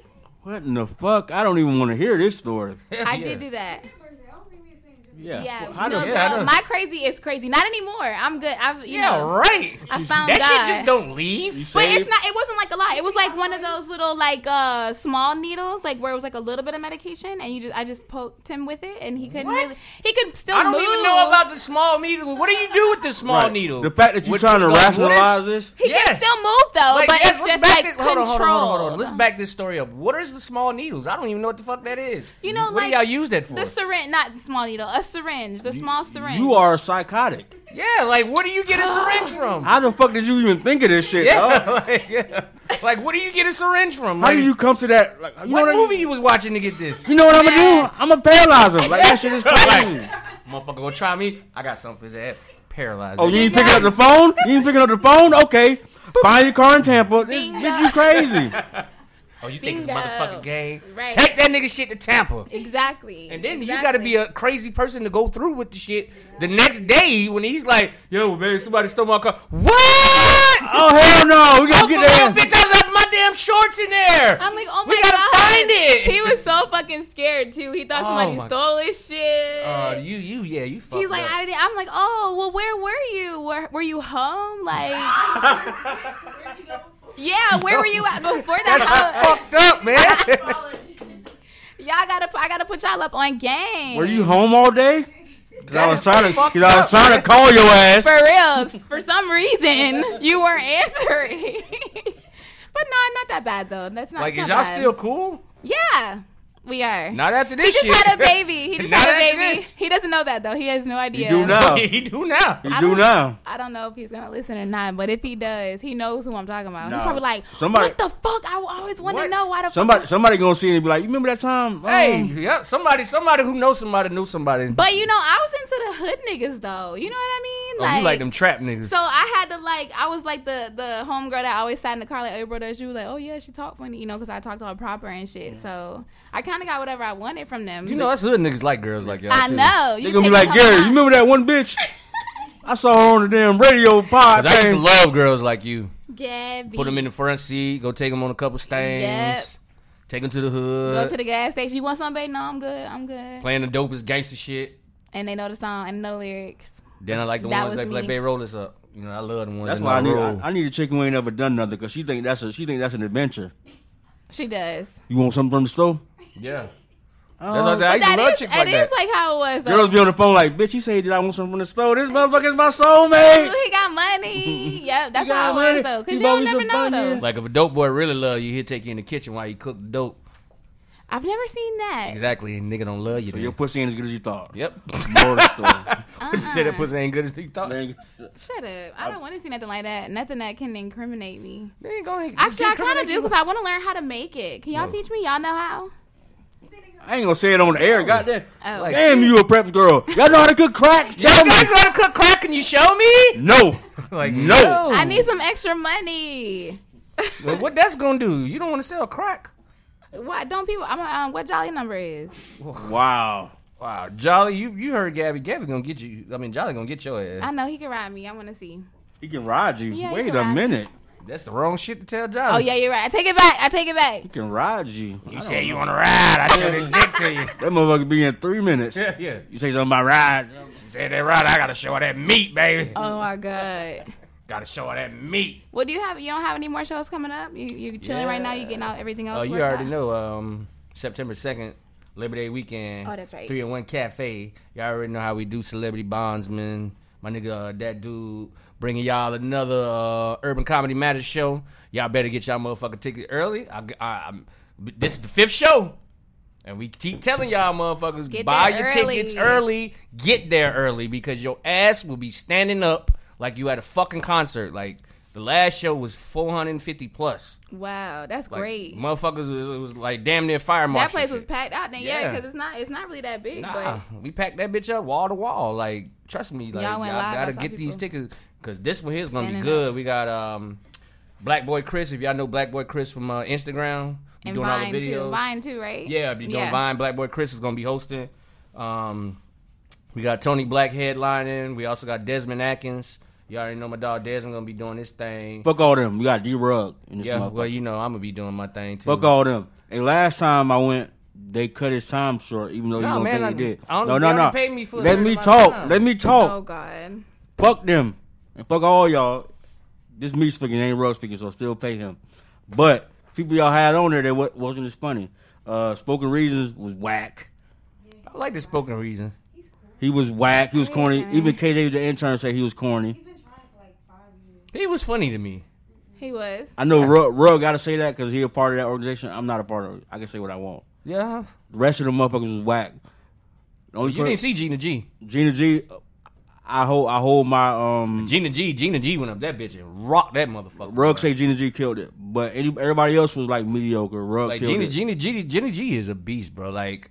B: What in the fuck? I don't even want to hear this story.
A: Hell
C: I
A: yeah.
C: did do that.
D: I don't think we the same difference.
B: Yeah.
C: Yeah,
B: Well, I
C: you know,
B: don't-
A: yeah, I
C: girl,
A: know.
C: my crazy is crazy. Not anymore. I'm good. I've you
A: Yeah,
C: know,
A: right.
C: I found
A: that
C: God.
A: shit just don't leave.
B: You
C: but
B: saved?
C: it's not. It wasn't like a lot. It was like one of those little like uh small needles, like where it was like a little bit of medication, and you just I just poked him with it, and he couldn't
A: What?
C: really. He could still.
A: I don't
C: move.
A: even know about the small needle. What do you do with the small
B: Right.
A: needle?
B: The fact that you're
A: What-
B: trying to
A: like, what is-
B: rationalize this.
C: He
A: Yes.
C: can still move though,
A: Like,
C: but
A: yes,
C: it's
A: let's
C: just
A: back
C: like
A: it- hold on,
C: control.
A: hold on, hold on, hold on. Let's back this story up. What is the small needles? I don't even know what the fuck that is.
C: You know,
A: what
C: like,
A: do y'all use that for?
C: The syringe, not the small needle, a syringe, the small syringe.
B: You are psychotic.
A: yeah, like what do you get a syringe from?
B: How the fuck did you even think of this shit? dog?
A: yeah, like, yeah. like what do you get a syringe from?
B: How
A: Like,
B: did you come to that? Like, you know
A: what
B: what I-
A: movie you was watching to get this?
B: You know what I'm gonna do? I'm gonna paralyze him. Like that shit is crazy.
A: Right. Motherfucker gonna try me. I got something for his ass. Paralyzed.
B: Oh,
A: him.
B: you ain't picking up the phone? You ain't picking up the phone? Okay. Find your car in Tampa. This
C: Bingo.
B: bitch, you crazy.
A: Oh, you think
C: Bingo.
A: it's motherfucking game?
C: Right.
A: Take that nigga shit to Tampa.
C: exactly.
A: And then you
C: exactly.
A: got to be a crazy person to go through with the shit the next day when he's like, "Yo, man, somebody stole my car." What?
B: Oh hell no.
A: Oh,
B: We gotta
A: for
B: get
A: real,
B: there.
A: bitch! I left my damn shorts in there.
C: I'm like, oh my
A: We gotta
C: god,
A: find it.
C: He was so fucking scared too. He thought
A: Oh
C: somebody
A: my-
C: stole his shit.
A: Uh, you, you, yeah, you. Fucked
C: He's like,
A: up.
C: I didn't. I'm like, oh, well, where were you? Were, were you home? Like,
D: Where'd you go before?
C: yeah, where were you at before
A: That's
C: that? How-
A: fucked up, man.
C: y'all gotta, pu- I gotta put y'all up on game.
B: Were you home all day? Cause I
A: That
B: was
A: is
B: trying to,
A: fucked
B: cause I was
A: up.
B: trying to call your ass.
C: for real? For some reason, you weren't answering. but no, not that bad though. That's not
A: like,
C: not
A: is y'all
C: bad.
A: still cool?
C: Yeah, we are.
A: Not after
C: he
A: this
C: just
A: shit.
C: had a baby. He just
A: Not
C: had a
A: after
C: baby.
A: this.
C: He doesn't know that though. He has no idea.
B: do now. Oh.
A: he do now.
B: You
C: I
B: do
C: don't-
B: now.
C: I don't know if he's gonna listen or not, but if he does, he knows who I'm talking about.
B: Nah.
C: He's probably like,
B: Somebody-
C: "What the fuck? I always wanted
A: What?
C: to know why the
B: Somebody,
C: fuck."
B: somebody gonna see it and be like, you remember that time?
A: Hey,
B: Um,
A: yeah, somebody, somebody who knows somebody knew somebody.
C: But you know, I was into the hood niggas though. You know what I mean?
A: oh, you like them trap niggas?
C: So I had to like, I was like the the homegirl that always sat in the car like, "Hey, bro, that's you?" Like, "Oh yeah, she talked funny," you know, because I talked all proper and
B: Mm.
C: shit. So I kind of got whatever I wanted from them.
A: you know, that's hood niggas like girls like y'all.
C: I
A: too.
C: know.
B: they
C: You
B: gonna be
C: take
B: like,
C: it
B: Gary,
C: home.
B: you remember that one bitch? I saw her on the damn radio
A: 'Cause I used to
B: podcast.
A: love girls like you.
C: Gabby.
A: Put them in the front seat. Go take them on a couple stains. Take them to the hood.
C: Go to the gas station. You want some, babe? No, I'm good. I'm good.
A: playing the dopest gangster shit.
C: And they know the song and know the lyrics.
A: Then I like the
C: That
A: ones
C: was
A: that be like,
C: me.
A: "Babe, roll this up." You know, I love the ones.
B: That's
A: that
B: why I need,
A: know
B: I,
A: roll.
B: I need a chick who ain't ever done nothing, cause she think that's a, she think that's an adventure.
C: She does.
B: You want something from the store?
A: yeah,
B: Uh,
A: that's why I said I used to
C: that
A: love
C: is,
A: chicks like
C: that
A: that.
C: is like how it was. though.
B: Girls be on the phone like, bitch, you say that I want something from the store. This motherfucker's my
C: Ooh,
B: soulmate.
C: he got money. yep, that's
B: got
C: how it
B: money.
C: was though. Cause
B: You
C: you don't
B: bought me
C: never
B: some
C: know though.
B: bunions.
A: Like if a dope boy really love you, he'll take you in the kitchen while you cook the dope.
C: I've never seen that.
A: Exactly, and nigga don't love you.
B: So
A: then.
B: your pussy ain't as good as you thought.
A: Yep.
B: Moral of the
A: you
B: story.
A: said
C: Uh-uh.
A: that pussy ain't good as you thought.
B: Man,
C: Shut up. I don't want to see nothing like that. Nothing that can incriminate me.
A: They ain't gonna-
C: Actually, I
A: they
C: kind of
A: coming
C: do
A: at you
C: because I want to learn how to make it. Can y'all
A: No.
C: teach me? Y'all know how?
B: I ain't gonna say it on the air. Goddamn.
C: Oh,
A: Like-
B: Damn, you a prep girl. Y'all know how to cook crack? Tell
A: Y'all
B: me.
A: guys know how to cook crack? Can you show me?
B: No.
A: Like
B: No.
A: Oh.
C: I need some extra money.
A: Well, what that's gonna do? You don't want to sell crack.
C: Why don't people? I'm um, what Jolly number is?
B: Wow.
A: Wow, Jolly, you you heard Gabby? Gabby gonna get you. I mean, Jolly gonna get your
C: I
A: ass.
C: know he can ride me. I want to see.
B: He can ride you.
C: Yeah, he
B: Wait
C: can
B: a
C: ride.
B: minute.
A: That's the wrong shit to tell
C: Oh
A: Jolly.
C: yeah, you're right. I take it back. I take it back.
B: He can ride you. I
A: You
B: don't
A: said you
B: know.
A: want to ride. I showed it dick to you.
B: That motherfucker be in three minutes.
A: Yeah, yeah.
B: You say something about ride.
A: You said that right. I gotta show her that meat, baby.
C: Oh my god.
A: Gotta show her that meat.
C: Well, do you have? You don't have any more shows coming up? You you chilling right now? You getting out everything else?
A: Oh, you
C: worked
A: already
C: out?
A: know. Um, September second, Labor Day weekend.
C: Oh, that's right.
A: Three and one cafe. Y'all already know how we do celebrity bondsman. My nigga, uh, that dude bringing y'all another uh, Urban Comedy Matters show. Y'all better get y'all motherfucking ticket early. I, I, am this is the fifth show. And we keep telling y'all motherfuckers,
C: Get
A: buy your
C: there early.
A: tickets early, get there early because your ass will be standing up like you at a fucking concert. Like the last show was 450 plus.
C: Wow, that's
A: Like,
C: great.
A: Motherfuckers was, it was like damn near fire marshal.
C: That place was
A: shit.
C: packed out then, yeah,
A: Yeah.
C: because it's not it's not really that big.
A: Nah, we packed that bitch up wall to wall. Like, trust me, like
C: Y'all
A: y'all,
C: went live,
A: gotta
C: I saw
A: get these tickets because this one here's gonna
C: Standing
A: be good. We got um, Black Boy Chris. If y'all know Black Boy Chris from uh, Instagram,
C: But
A: be
C: and
A: doing all
C: Vine
A: the videos.
C: too, Vine too, right?
A: Yeah, be doing Vine. Black Boy Chris is gonna be hosting. Um, we got Tony Black headlining. We also got Desmond Atkins. You all already know my dog Desmond gonna be doing this thing.
B: Fuck all them. We got D Rug in this
A: yeah,
B: motherfucker.
A: well you know I'm gonna be doing my thing too.
B: Fuck all them. Hey, last time I went, they cut his time short, even though
A: No,
B: you don't
A: man,
B: think
A: I-
B: they did.
A: I don't-
B: no,
A: they
B: no,
A: only
B: no.
A: paid me for a
B: Let
A: certain
B: me
A: amount of
B: talk.
A: time.
B: Let me
C: Oh
B: talk.
C: God.
B: Fuck them. And fuck all y'all. This me speaking ain't Rug speaking, so still pay him. But people y'all had on there that wa- wasn't as funny. Uh, Spoken Reasons was whack.
A: I like the spoken reason.
B: He was whack. He was corny.
C: Okay.
B: Even KJ the intern said he was corny.
D: He's been trying for like five years.
A: He was funny to me.
C: He was.
B: I know Rug, Rug got to say that because he a part of that organization. I'm not a part of it. I can say what I want.
A: Yeah,
B: The rest of the motherfuckers was whack. The only
A: you
B: per-
A: didn't see Gina G.
B: Gina G, I hold I hold my um
A: Gina G, Gina G went up that bitch and rocked that motherfucker.
B: Rug say Gina G killed it, but any, everybody else was like mediocre. Rug
A: like
B: killed
A: Gina,
B: it.
A: Gina G, Gina G is a beast, bro. Like,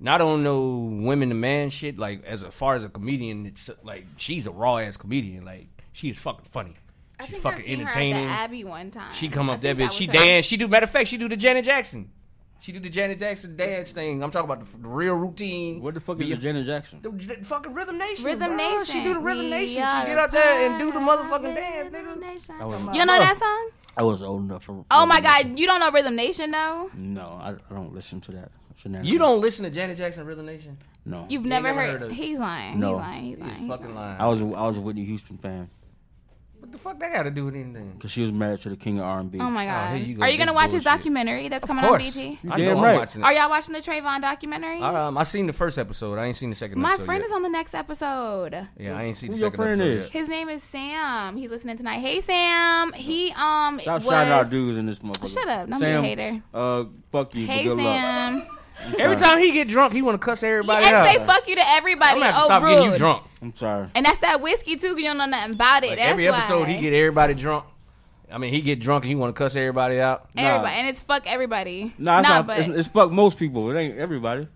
A: not on no women to man shit. Like, as far as a comedian, it's like she's a raw ass comedian. Like, she is fucking funny.
C: I
A: She's
C: think
A: fucking
C: I seen Her at
A: entertaining.
C: the Abbey one time.
A: She come
C: I
A: up
C: think
A: that bitch. she
C: was her.
A: dance. She do. Matter of fact, she do the Janet Jackson. She do the Janet Jackson dance thing. I'm talking about the, f- the real routine.
B: What the fuck
A: Be-
B: is Janet Jackson?
A: The, the fucking Rhythm Nation. bro.
C: Rhythm Nation.
A: She do the Rhythm
C: We
A: Nation. She
C: are
A: get out there and do the
C: part
A: motherfucking
C: of
A: dance,
C: Rhythm
A: nigga.
C: Nation.
B: wasn't-
C: You don't know that song?
B: I was old enough for.
C: Oh my God! You don't know Rhythm Nation though?
B: No, I, I don't listen to that. shenanigans.
A: You don't listen to Janet Jackson Rhythm Nation?
B: No,
C: You've
A: ain't
C: never
A: never
C: heard.
A: heard of it.
C: he's lying.
B: No.
C: He's lying. He's lying.
A: He's
C: He's
A: fucking lying.
B: I was a, I was a Whitney Houston fan
A: What the fuck that got to do with anything?
B: because she was married to the king of R and B.
C: Oh my God!
A: here you go,
C: Are you gonna
A: this
C: watch his
A: bullshit.
C: documentary that's coming on BT?
A: I
B: damn
A: know
B: right.
A: I'm watching
C: Are
A: it.
C: y'all watching the Trayvon documentary?
A: I, um, I seen the first episode. I ain't seen the second
C: My
A: episode
C: friend
A: yet.
C: is on the next episode.
A: Yeah, I ain't seen
B: Who
A: the
B: your
A: second
B: friend
A: episode
B: is?
A: yet.
C: His name is Sam. He's listening tonight. Hey Sam. He um
B: Stop
C: was
B: shouting out dudes in this motherfucker.
C: Shut up, don't be a
B: Sam,
C: hater.
B: Uh, fuck you.
C: Hey
B: but good
C: Sam.
B: Luck.
A: Every time he get drunk, he want to cuss everybody
C: and
A: out.
C: say fuck you to everybody.
A: I'm gonna have to
C: oh,
A: stop
C: rude.
A: getting you drunk.
B: I'm sorry.
C: And that's that whiskey too. 'cause You don't know nothing about it.
A: Like,
C: that's
A: every episode,
C: why.
A: he get everybody drunk. I mean, he get drunk and he want to cuss everybody out.
C: everybody,
B: Nah.
C: and it's fuck everybody.
B: Nah, it's
C: Nah,
B: not,
C: but
B: it's, it's fuck most people. It ain't everybody.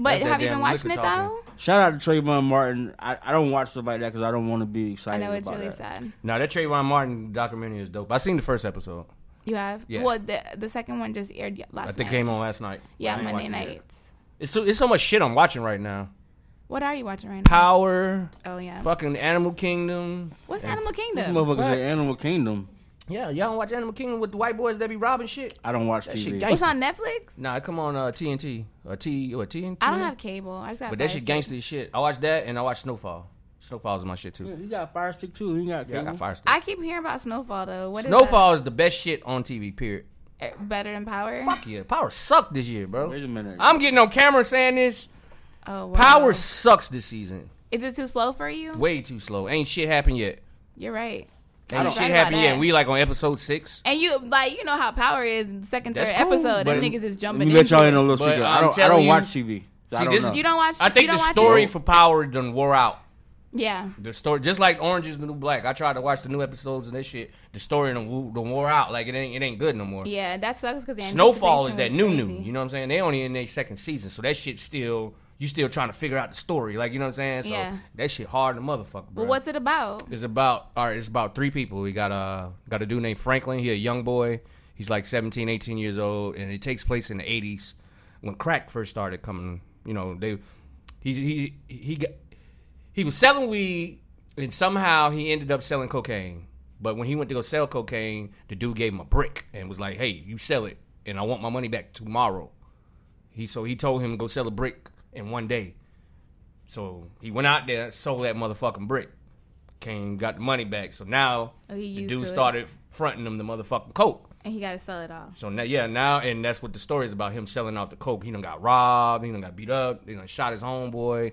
C: but
A: That's that
C: have you been
A: damn
C: watching it
A: liquor
C: though?
B: Shout out to Trayvon Martin. I, I don't watch stuff like that because I don't want to be
C: I
B: excited.
C: know it's
B: about
C: really
B: that.
C: sad.
A: Now that Trayvon Martin documentary is dope. I seen the first episode.
C: You have
A: Yeah.
C: well the the second one just aired y-
A: I
C: last
A: think it
C: night.
A: came on last night. I
C: yeah,
A: ain't
C: Monday
A: watching it yet.
C: nights.
A: It's so, it's so much shit I'm watching right now.
C: What are you watching right now?
A: Power,
C: Oh yeah.
A: fucking Animal Kingdom.
C: What's Animal
B: This
C: Kingdom?
B: motherfucker
A: What?
B: say Animal Kingdom.
A: Yeah, y'all don't watch Animal Kingdom with the white boys that be robbing shit.
B: I don't watch
A: That shit
B: TV.
A: gangsta.
C: It's on Netflix.
A: Nah, it come on uh, TNT or T or TNT.
C: I don't have cable. I just got.
A: But that shit
C: Firestick.
A: gangster as shit. I watched that and I watched Snowfall. Snowfall's my shit too.
B: You got Fire Stick too. You got
A: Yeah, I
B: cable.
A: got fire stick.
C: Mm. I keep hearing about Snowfall though. What is
A: Snowfall is the best shit on TV. Period.
C: that? Eh, better than Power?
A: Fuck yeah, Power sucked this year, bro.
B: Wait a minute.
A: I'm getting on camera saying this.
C: Oh, wow.
A: Power sucks this season.
C: Is it too slow for you?
A: Way too slow. Ain't shit happened yet.
C: You're right.
A: And
C: don't-
A: shit
C: Right about
A: happened, yeah.
C: that.
A: And we like on episode six.
C: And you like you know how power is in the second
A: That's
C: third
A: cool,
C: episode. Them
A: but-
C: niggas is
B: Let
C: jumping.
B: me let
C: into
B: y'all
C: it.
B: in on a little
A: But
B: secret.
A: I'm
B: I don't. I
A: telling
B: don't
A: you-
B: watch TV. So
A: See,
B: I don't
A: this-
B: know.
C: You don't watch.
A: I
C: you
A: think
C: don't
A: the
C: watch
A: story
C: It?
A: for Power done wore out.
C: Yeah.
A: The story, just like Orange is the New Black. I tried to watch the new episodes and this shit. The story done, wo- done wore out. Like it ain't it ain't good no more.
C: Yeah, that sucks because
A: Snowfall is that new new. You know what I'm saying? They only in their second season, so that shit's still you still trying to figure out the story. Like you know what I'm saying? So
C: Yeah.
A: that shit hard in the motherfucker. Bro.
C: But what's it about?
A: It's about all right. It's about three people. We got a got a dude named Franklin. He a young boy. He's like 17, 18 years old, and it takes place in the eighties when crack first started coming. You know, they he he he got he was selling weed, and somehow he ended up selling cocaine. But when he went to go sell cocaine, the dude gave him a brick and was like, "Hey, you sell it, and I want my money back tomorrow." He so he told him to go sell a brick in one day. So he went out there, sold that motherfucking brick came, got the money back. So now
C: Oh, he
A: the
C: used
A: dude
C: to it.
A: started fronting him the motherfucking coke.
C: And he got to sell it all.
A: So now, yeah, now and that's what the story is about him selling out the coke. He done got robbed. He done got beat up. He done shot his homeboy.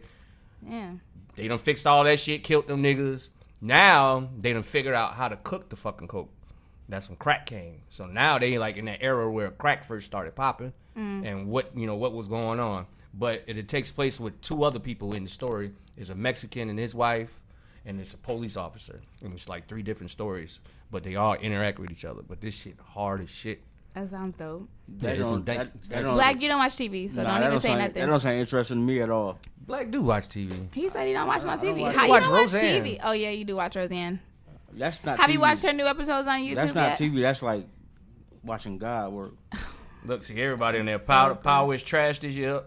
C: Yeah.
A: They done fixed all that shit, killed them niggas. Now they done figured out how to cook the fucking coke. That's when crack came. So now they like in that era where crack first started popping,
C: Mm.
A: and what you know what was going on. But it, it takes place with two other people in the story. It's a Mexican and his wife, and it's a police officer. And it's like three different stories, but they all interact with each other. But this shit hard as shit.
C: That sounds dope.
A: Yeah, it's
B: don't-
A: some dank-
B: that- that
A: dank-
B: don't-
C: Black, you don't watch TV, so
B: Nah,
C: don't
B: that
C: even say
B: sound, That
C: nothing.
B: don't sound interesting to me at all.
A: Black do watch TV.
C: He said he don't watch it on TV.
B: watch-
C: How
A: I
C: you
A: watch
C: don't
A: Roseanne.
C: watch TV? Oh yeah, you do watch Roseanne.
B: That's not.
C: Have
B: TV.
C: you watched her new episodes on YouTube
B: That's not
C: yet?
B: TV. That's like watching God work.
A: Look, see everybody in there.
C: So
A: Power,
C: good.
A: power is trash this year.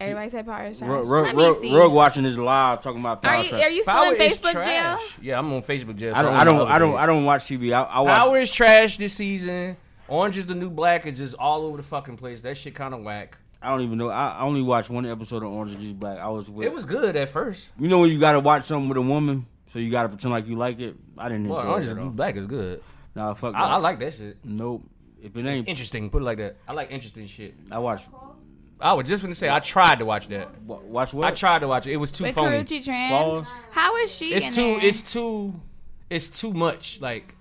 C: Everybody said Power is trash.
B: Rug,
C: Let
B: rug,
C: me
B: rug,
C: see.
B: rug watching this live talking about power.
C: are you
B: trip.
C: are you still
A: Power
C: in
A: is
C: Facebook jail?
A: trash. Yeah, I'm on Facebook jail.
B: I
A: so
B: don't.
A: I'm
B: I
A: on
B: don't.
A: other
B: I don't.
A: page.
B: I don't watch TV. I, I watch.
A: Power is trash this season. Orange is the new black is just all over the fucking place. That shit kind of whack.
B: I don't even know. I, I only watched one episode of Orange is the New Black. I was with.
A: It was good at first.
B: You know when you gotta watch something with a woman, so you gotta pretend like you like it. I didn't
A: Well,
B: enjoy
A: Orange
B: it
A: is
B: at
A: the
B: all.
A: new black is good.
B: Nah, fuck.
A: I, I
B: that.
A: like that shit.
B: Nope. If it
A: It's
B: ain't,
A: interesting. Put it like that. I like interesting shit.
B: I watch.
A: I was just gonna say I tried to watch that.
B: wa- Watch what?
A: I tried to watch it. It was too
C: With
A: phony.
C: Karuchi Tran.
B: Balls.
C: How is she in
A: It's too.
C: there?
A: It's too. It's too much. Like.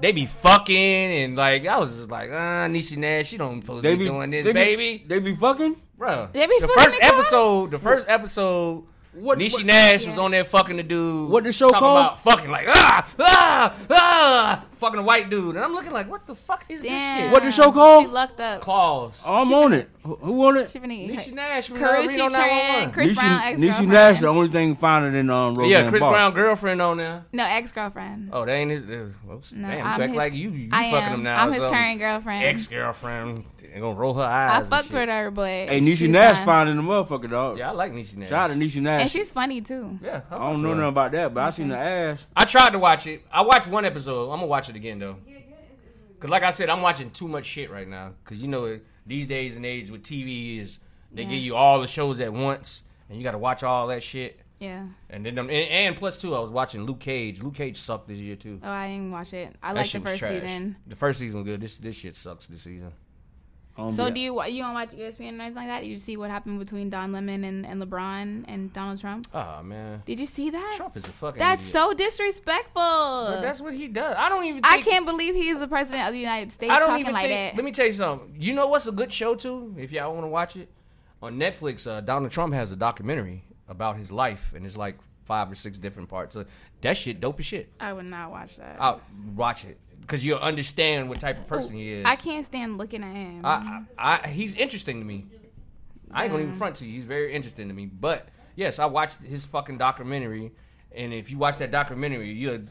A: They be fucking and like I was just like, ah, Nisha Nash, she don't supposed to be doing this,
B: they
A: baby.
B: Be, they be fucking.
A: Bro,
C: They be
A: the
C: fucking
A: first
C: in cars?
A: episode, the first episode,
B: What-
A: Nishi
B: what-
A: Nash was
C: Yeah.
A: on there fucking the dude.
B: What the show
A: talking
B: called?
A: About fucking like ah ah ah, fucking a white dude, and I'm looking like, what the fuck is this
C: Damn.
A: shit?
B: What the Oh. show called?
C: She lucked up.
A: claws?
B: I'm on it. Who, who on it?
C: She finna get
A: Nisha
C: hurt.
A: Nash, from
C: Karuchi
A: Read on
C: Tran,
A: 911.
C: Chris Brown,
B: Niecy-
C: ex-girlfriend.
B: Niecy Nash, the only thing finer than um. Roseanne
A: yeah, Chris
B: Barr.
A: Brown girlfriend on there.
C: No, ex-girlfriend.
A: Oh, that ain't his. Uh, well,
C: No,
A: damn, you
C: I'm
A: act
C: his-
A: like you, you
C: I
A: fucking
C: am.
A: him now.
C: I'm
A: or
C: his
A: something.
C: current girlfriend.
A: ex-girlfriend. They gonna roll her
C: I
A: eyes. and
C: fucked
A: shit.
C: with her, but
B: Hey,
C: she's
B: Niecy Nash
C: fine.
B: fine in the motherfucker, dog.
A: Yeah, I like Nishi Nash.
B: Shout out to Niecy
C: and Mm-hmm.
B: Nash.
C: she's funny too.
A: yeah,
B: I
A: fucks
B: don't know
A: with her.
B: nothing about that, but I seen the ass.
A: I tried to watch it. I watched one episode. I'm gonna watch it again though. Cause like I said, I'm watching too much shit right now. Cause you know these days and age with TV is they give you all the shows at once, and you got to watch all that shit.
C: Yeah.
A: And then them, and, and plus too, I was watching Luke Cage. Luke Cage sucked this year too.
C: Oh, I didn't watch it. I
A: That
C: like the
A: shit was
C: first
A: trash.
C: season.
A: The first season was good. This this shit sucks this season.
B: Um,
C: So
B: yeah.
C: do you wa- you don't watch ESPN or anything like that? You see what happened between Don Lemon and, and LeBron and Donald Trump?
A: Oh man,
C: Did you see that?
A: Trump is a fucking.
C: That's
A: idiot.
C: so disrespectful.
A: But that's what he does. I don't even. Think,
C: I can't believe he's the president of the United States
A: I don't
C: talking
A: even
C: like
A: think.
C: that.
A: Let me tell you something. You know what's a good show too? If y'all want to watch it on Netflix, uh, Donald Trump has a documentary about his life, and it's like five or six different parts. Uh, that shit, dope as shit.
C: I would not watch that.
A: I'll watch it because you'll understand what type of person he is.
C: I can't stand looking at him.
A: I, I, I, he's interesting to me. I ain't gonna even front to you. He's very interesting to me. But yes, I watched his fucking documentary, and if you watch that documentary, you'll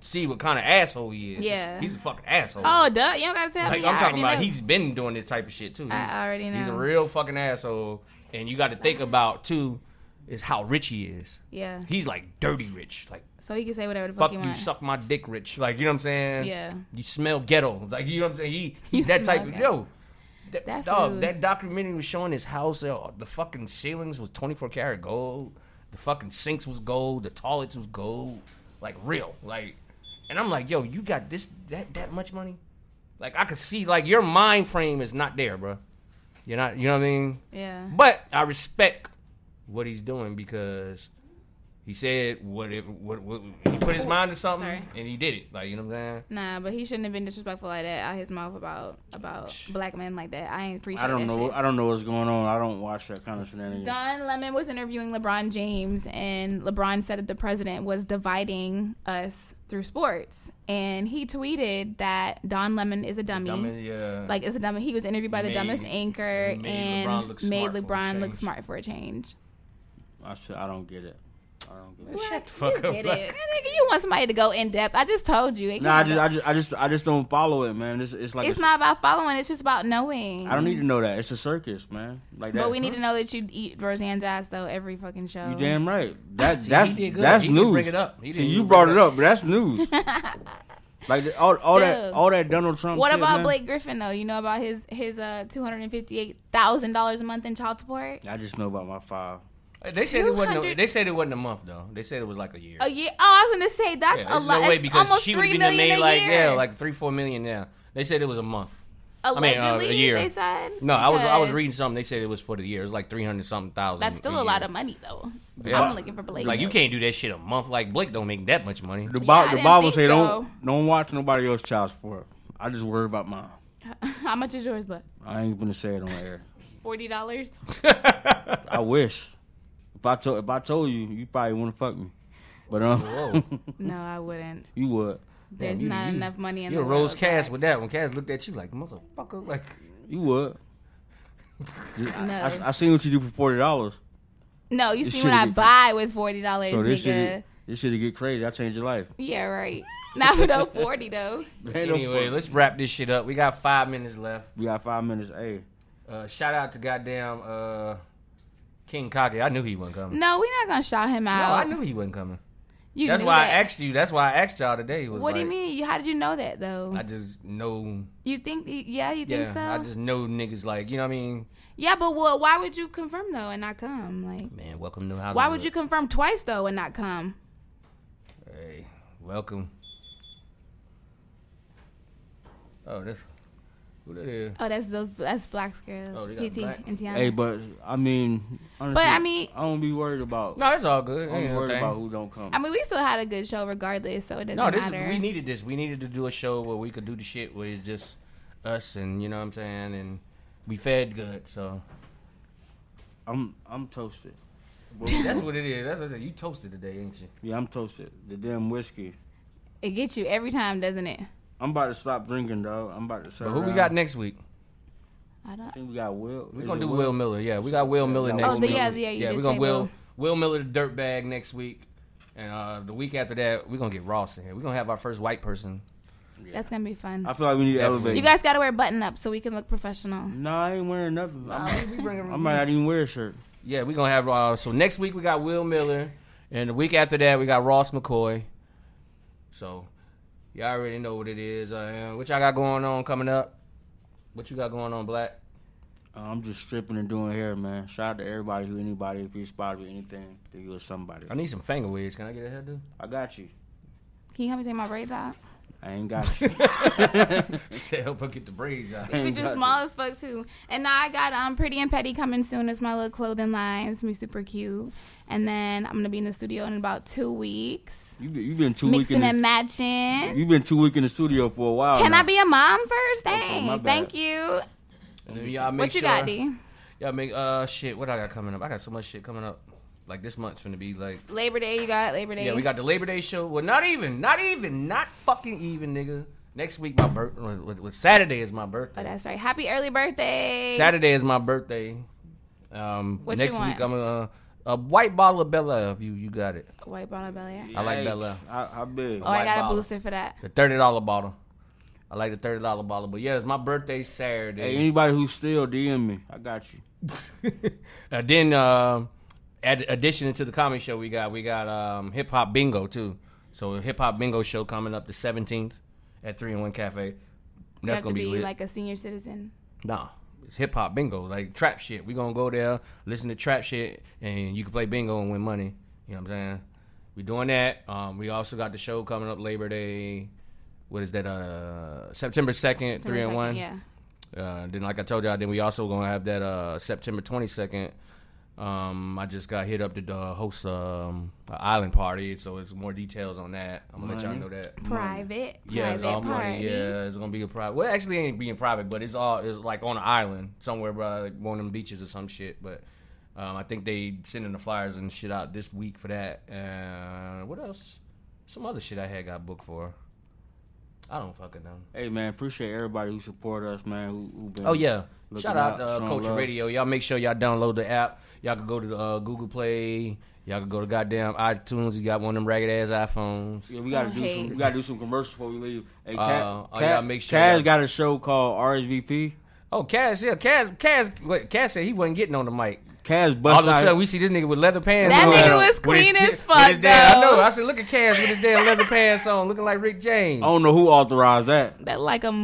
A: see what kind of asshole he is.
C: Yeah.
A: he's a fucking asshole.
C: oh, duh. You don't gotta tell
A: Like,
C: me.
A: I'm
C: I
A: talking
C: already
A: about
C: know.
A: he's been doing this type of shit too.
C: I
A: He's-
C: already
A: He's a
C: know.
A: real fucking asshole, and you got to think about too is how rich he is.
C: Yeah.
A: He's like dirty rich, like
C: so he can say whatever the fuck,
A: fuck
C: he
A: you,
C: wants.
A: suck my dick rich, like you know what I'm saying?
C: Yeah.
A: You smell ghetto, like you know what I'm saying? He
C: You
A: he's that type
C: smell
A: of
C: ghetto.
A: yo. That,
C: That's
A: dog,
C: rude.
A: that documentary was showing his house. uh, The fucking ceilings was 24 karat gold. The fucking sinks was gold. The toilets was gold. Like real, like. And I'm like, yo, you got this that that much money? Like I could see, like your mind frame is not there, bro. You're not, you know what I mean?
C: Yeah.
A: But I respect what he's doing because He said what if what, what he put his mind to something
C: Sorry.
A: and he did it. Like you know what I'm saying?
C: Nah, but he shouldn't have been disrespectful like that out his mouth about about black men like that. I ain't appreciate
B: I don't
C: that
B: know.
C: shit.
B: I don't know what's going on. I don't watch that kind of shenanigans.
C: Don Lemon was interviewing LeBron James, and LeBron said that the president was dividing us through sports. And he tweeted that Don Lemon is a dummy.
A: I mean, yeah.
C: Like, it's a dummy. He was interviewed by the
A: Made-
C: dumbest anchor
A: made
C: and
A: LeBron look
C: made
A: smart for a
C: LeBron look
A: change.
C: smart for a change.
B: I, sh- I don't get it. I don't get it.
C: Shut the
A: fuck
C: you
A: up,
C: Did
A: like-
C: it. Nigga, you want somebody to go in depth. I just told you. It
B: No, I
C: can't
B: just,
C: go-
B: I just, I just, I just don't follow it, man. It's, it's like
C: it's
B: a-
C: not about following, it's just about knowing.
B: I don't need to know that. It's a circus, man. Like that.
C: But we need to know that you eat Roseanne's ass, though, every fucking show.
B: You damn right. That
A: See,
B: that's
A: he did good.
B: that's
A: He did
B: news.
A: bring it up. He
B: See,
A: didn't
B: you
A: even
B: brought
A: bring
B: it
A: it up.
B: up. but That's news. like the- all, all that,
C: Still.
B: all that Donald Trump.
C: What
B: shit,
C: about
B: man.
C: Blake Griffin though? You know about his his uh two hundred and fifty eight thousand dollars a month in child support?
B: I just know about my five.
A: they said it wasn't. A,
C: 200
A: they said it wasn't a month though. They said it was like a year.
C: A year? Oh, I was gonna say that's
A: yeah,
C: a
A: there's
C: lot.
A: no way
C: It's
A: because
C: almost
A: she would
C: three
A: have been
C: million
A: made
C: a
A: like
C: year.
A: yeah, like three four million now. They said it was a month.
C: allegedly
A: mean, uh, a year.
C: they said.
A: No, I was I was
C: because
A: reading something. They said it was for the year. It was like three hundred something thousand.
C: That's still a lot of money though.
A: Yeah.
C: I'm looking for Blake.
A: Like you
C: though.
A: can't do that shit a month. Like Blake don't make that much money.
B: The,
C: Yeah,
B: Bi-
C: I
B: the
C: didn't
B: Bible
C: think
B: say
C: so.
B: don't don't watch nobody else's child support. I just worry about mine.
C: How much is yours? But
B: I ain't gonna say it on air.
C: forty dollars.
B: I wish. If I told if I told you, you probably wouldn't fuck me. But um,
C: No, I wouldn't.
B: you would.
C: There's
A: you-
C: not
A: you-
C: enough money in
A: You
C: the
A: rose
C: world.
A: Cass
C: Zach.
A: with that one. Cass looked at you like motherfucker. Like
B: You would. I,
C: No.
B: I, I seen what you do for forty dollars.
C: No, you
B: This
C: see what
B: shit'll
C: I
B: get-
C: buy with forty dollars,
B: So this
C: nigga.
B: shit, this shit get crazy. I changed your life.
C: Yeah, right. Not for no forty though.
B: Ain't no
A: anyway,
B: fuck.
A: let's wrap this shit up. We got five minutes left.
B: we got five minutes. Hey,
A: Uh, shout out to goddamn uh, King Cocky. I knew he wasn't coming.
C: No, we're not gonna shout him
A: No,
C: out.
A: I knew he wasn't coming.
C: You
A: That's
C: knew
A: why
C: that.
A: I asked you. That's why I asked y'all today. Was
C: What do you
A: like,
C: mean? You- How did you know that though?
A: I just know.
C: you think? Yeah, you think
A: Yeah,
C: so?
A: I just know niggas like you know what I mean.
C: yeah, but well, why would you confirm though and not come? Like,
A: Man, welcome to Hollywood.
C: why would you confirm twice though and not come?
A: Hey, welcome. Oh, this. Who that is?
C: Oh, that's those that's Black's girls,
A: Oh, they got
C: TT
A: black.
C: and Tiana.
B: hey, but I mean, honestly,
C: But, I mean-
B: I don't be worried about.
A: No, it's all good.
B: I don't
A: Ain't
B: be
A: no
B: worried
A: thing.
B: about who don't come.
C: I mean, we still had a good show regardless, so it doesn't
A: No, this is,
C: matter.
A: we needed this. We needed to do a show where we could do the shit where it's just us and you know what I'm saying, and we fed good. So
B: I'm I'm toasted.
A: that's what it is. That's what it is. you toasted today, ain't you?
B: Yeah, I'm toasted. The damn whiskey.
C: it gets you every time, doesn't it?
B: I'm about to stop drinking, dog. I'm about to.
A: But
B: settle
A: who we
B: down.
A: got next week?
C: I
B: I
C: don't.
B: think we got Will.
A: We're
B: Is
A: gonna do
B: it
A: Will Miller. Yeah, we got Will Miller
B: Oh,
A: next.
C: the-
A: week.
C: yeah, yeah, you did
A: we're gonna
C: say
A: Will
C: Will.
A: Will Miller the dirtbag next week, and uh, the week after that we're gonna get Ross in here. We're gonna have our first white person.
C: That's gonna be fun.
B: I feel like we need to
A: Definitely.
B: elevate.
C: you guys gotta wear button up so we can look professional.
B: no, I ain't wearing nothing. I'm,
A: We bring
B: I might not even wear a shirt.
A: Yeah, we're gonna have uh, so next week we got Will Miller, and the week after that we got Ross McCoy. So y'all already know what it is. Uh, what y'all got going on coming up? What you got going on, Black?
B: Uh, I'm just stripping and doing hair, man. Shout out to everybody who anybody. If you spotted me anything, that you was somebody.
A: I need some finger waves. Can I get a hairdo?
B: I got you.
C: Can you help me take my braids out?
B: I ain't got you.
A: Say help her get the braids out.
B: I
C: We
B: ain't
C: just
B: got you.
C: small as fuck too. And now I got um Pretty and Petty coming soon. It's my little clothing line. It's gonna be super cute. And then I'm gonna be in the studio in about two weeks,
B: You been, you been too weak in
C: mixing and
B: the,
C: matching.
B: you been too weak in the studio for a while.
C: Can
B: now.
C: I be a mom first?
B: Okay,
C: Dang,
B: my bad.
C: thank you.
A: And then y'all Oh, make
C: What you
A: sure,
C: got, D?
A: Y'all make uh shit. What I got coming up? I got so much shit coming up. Like this month's gonna be like.
C: Labor Day, you got Labor Day.
A: Yeah, we got the Labor Day show. Well, not even, not even, not fucking even, nigga. Next week my birth. What, what, Saturday is my birthday.
C: Oh, that's right. Happy early birthday.
A: Saturday is my birthday. Um,
C: What
A: next
C: you
A: week
C: want?
A: I'm gonna a white bottle of Bella. If you you got it,
C: White bottle of belly.
A: I like that
B: Yikes.
A: laugh.
B: How, how big?
C: Oh, I
A: White
C: got
A: bottle.
C: a booster for that.
A: the thirty dollar bottle. I like the thirty dollar bottle. But yeah, it's my birthday
B: Hey,
A: Saturday.
B: anybody who's still DM me, I got you.
A: and then um add, addition to the comedy show we got we got um, hip hop bingo too. So hip hop bingo show coming up the seventeenth at three and one cafe.
C: You
A: That's
C: have to
A: gonna be,
C: be
A: lit.
C: like a senior citizen.
A: Nah, it's hip hop bingo, like trap shit. We gonna go there, listen to trap shit, and you can play bingo and win money. You know what I'm saying? We doing that. Um, we also got the show coming up Labor Day. What is that? Uh, September second, three and
C: Second,
A: one.
C: Yeah.
A: Uh, then, like I told y'all, then we also gonna have that uh, September twenty second Um, I just got hit up to uh, host um, an island party, so it's more details on that. I'm gonna let y'all
B: Money.
A: know that.
C: Private,
A: Mm. Yeah, it's
C: private
A: all
C: party.
A: money. Yeah, it's gonna be a private. Well, actually, it ain't being private, but it's all it's like on an island somewhere, bro, like one of them beaches or some shit. But um, I think they sending the flyers and shit out this week for that. Uh, what else? Some other shit I had got booked for. I don't fucking know.
B: Hey man, appreciate everybody who support us, man. Who, who been
A: Oh yeah.
B: looking
A: Shout out to
B: out,
A: uh,
B: showing
A: Culture
B: love.
A: Radio. Y'all make sure y'all download the app. Y'all can go to uh, Google Play. Y'all can go to goddamn iTunes. You got one of them ragged ass iPhones.
B: Yeah, we gotta
C: I
B: do
C: hate.
B: some. We gotta do some commercials before we leave. Hey,
A: Uh,
B: Cat,
A: oh,
B: Cat,
A: yeah, make sure
B: Cat's
A: y'all-
B: got a show called RSVP.
A: Oh, Cass, yeah, Cass, Cass, wait, Cass said he wasn't getting on the mic.
B: Cat's
A: All
B: bust
A: of a sudden,
B: out.
A: we see this nigga with leather pants.
C: That
A: on.
C: nigga was
A: With his
C: clean
A: t-
C: as
A: with
C: fuck,
A: his damn- I
C: though.
A: know. I said, look at Cass with his damn leather pants on, looking like Rick James.
B: I don't know who authorized that.
C: That like a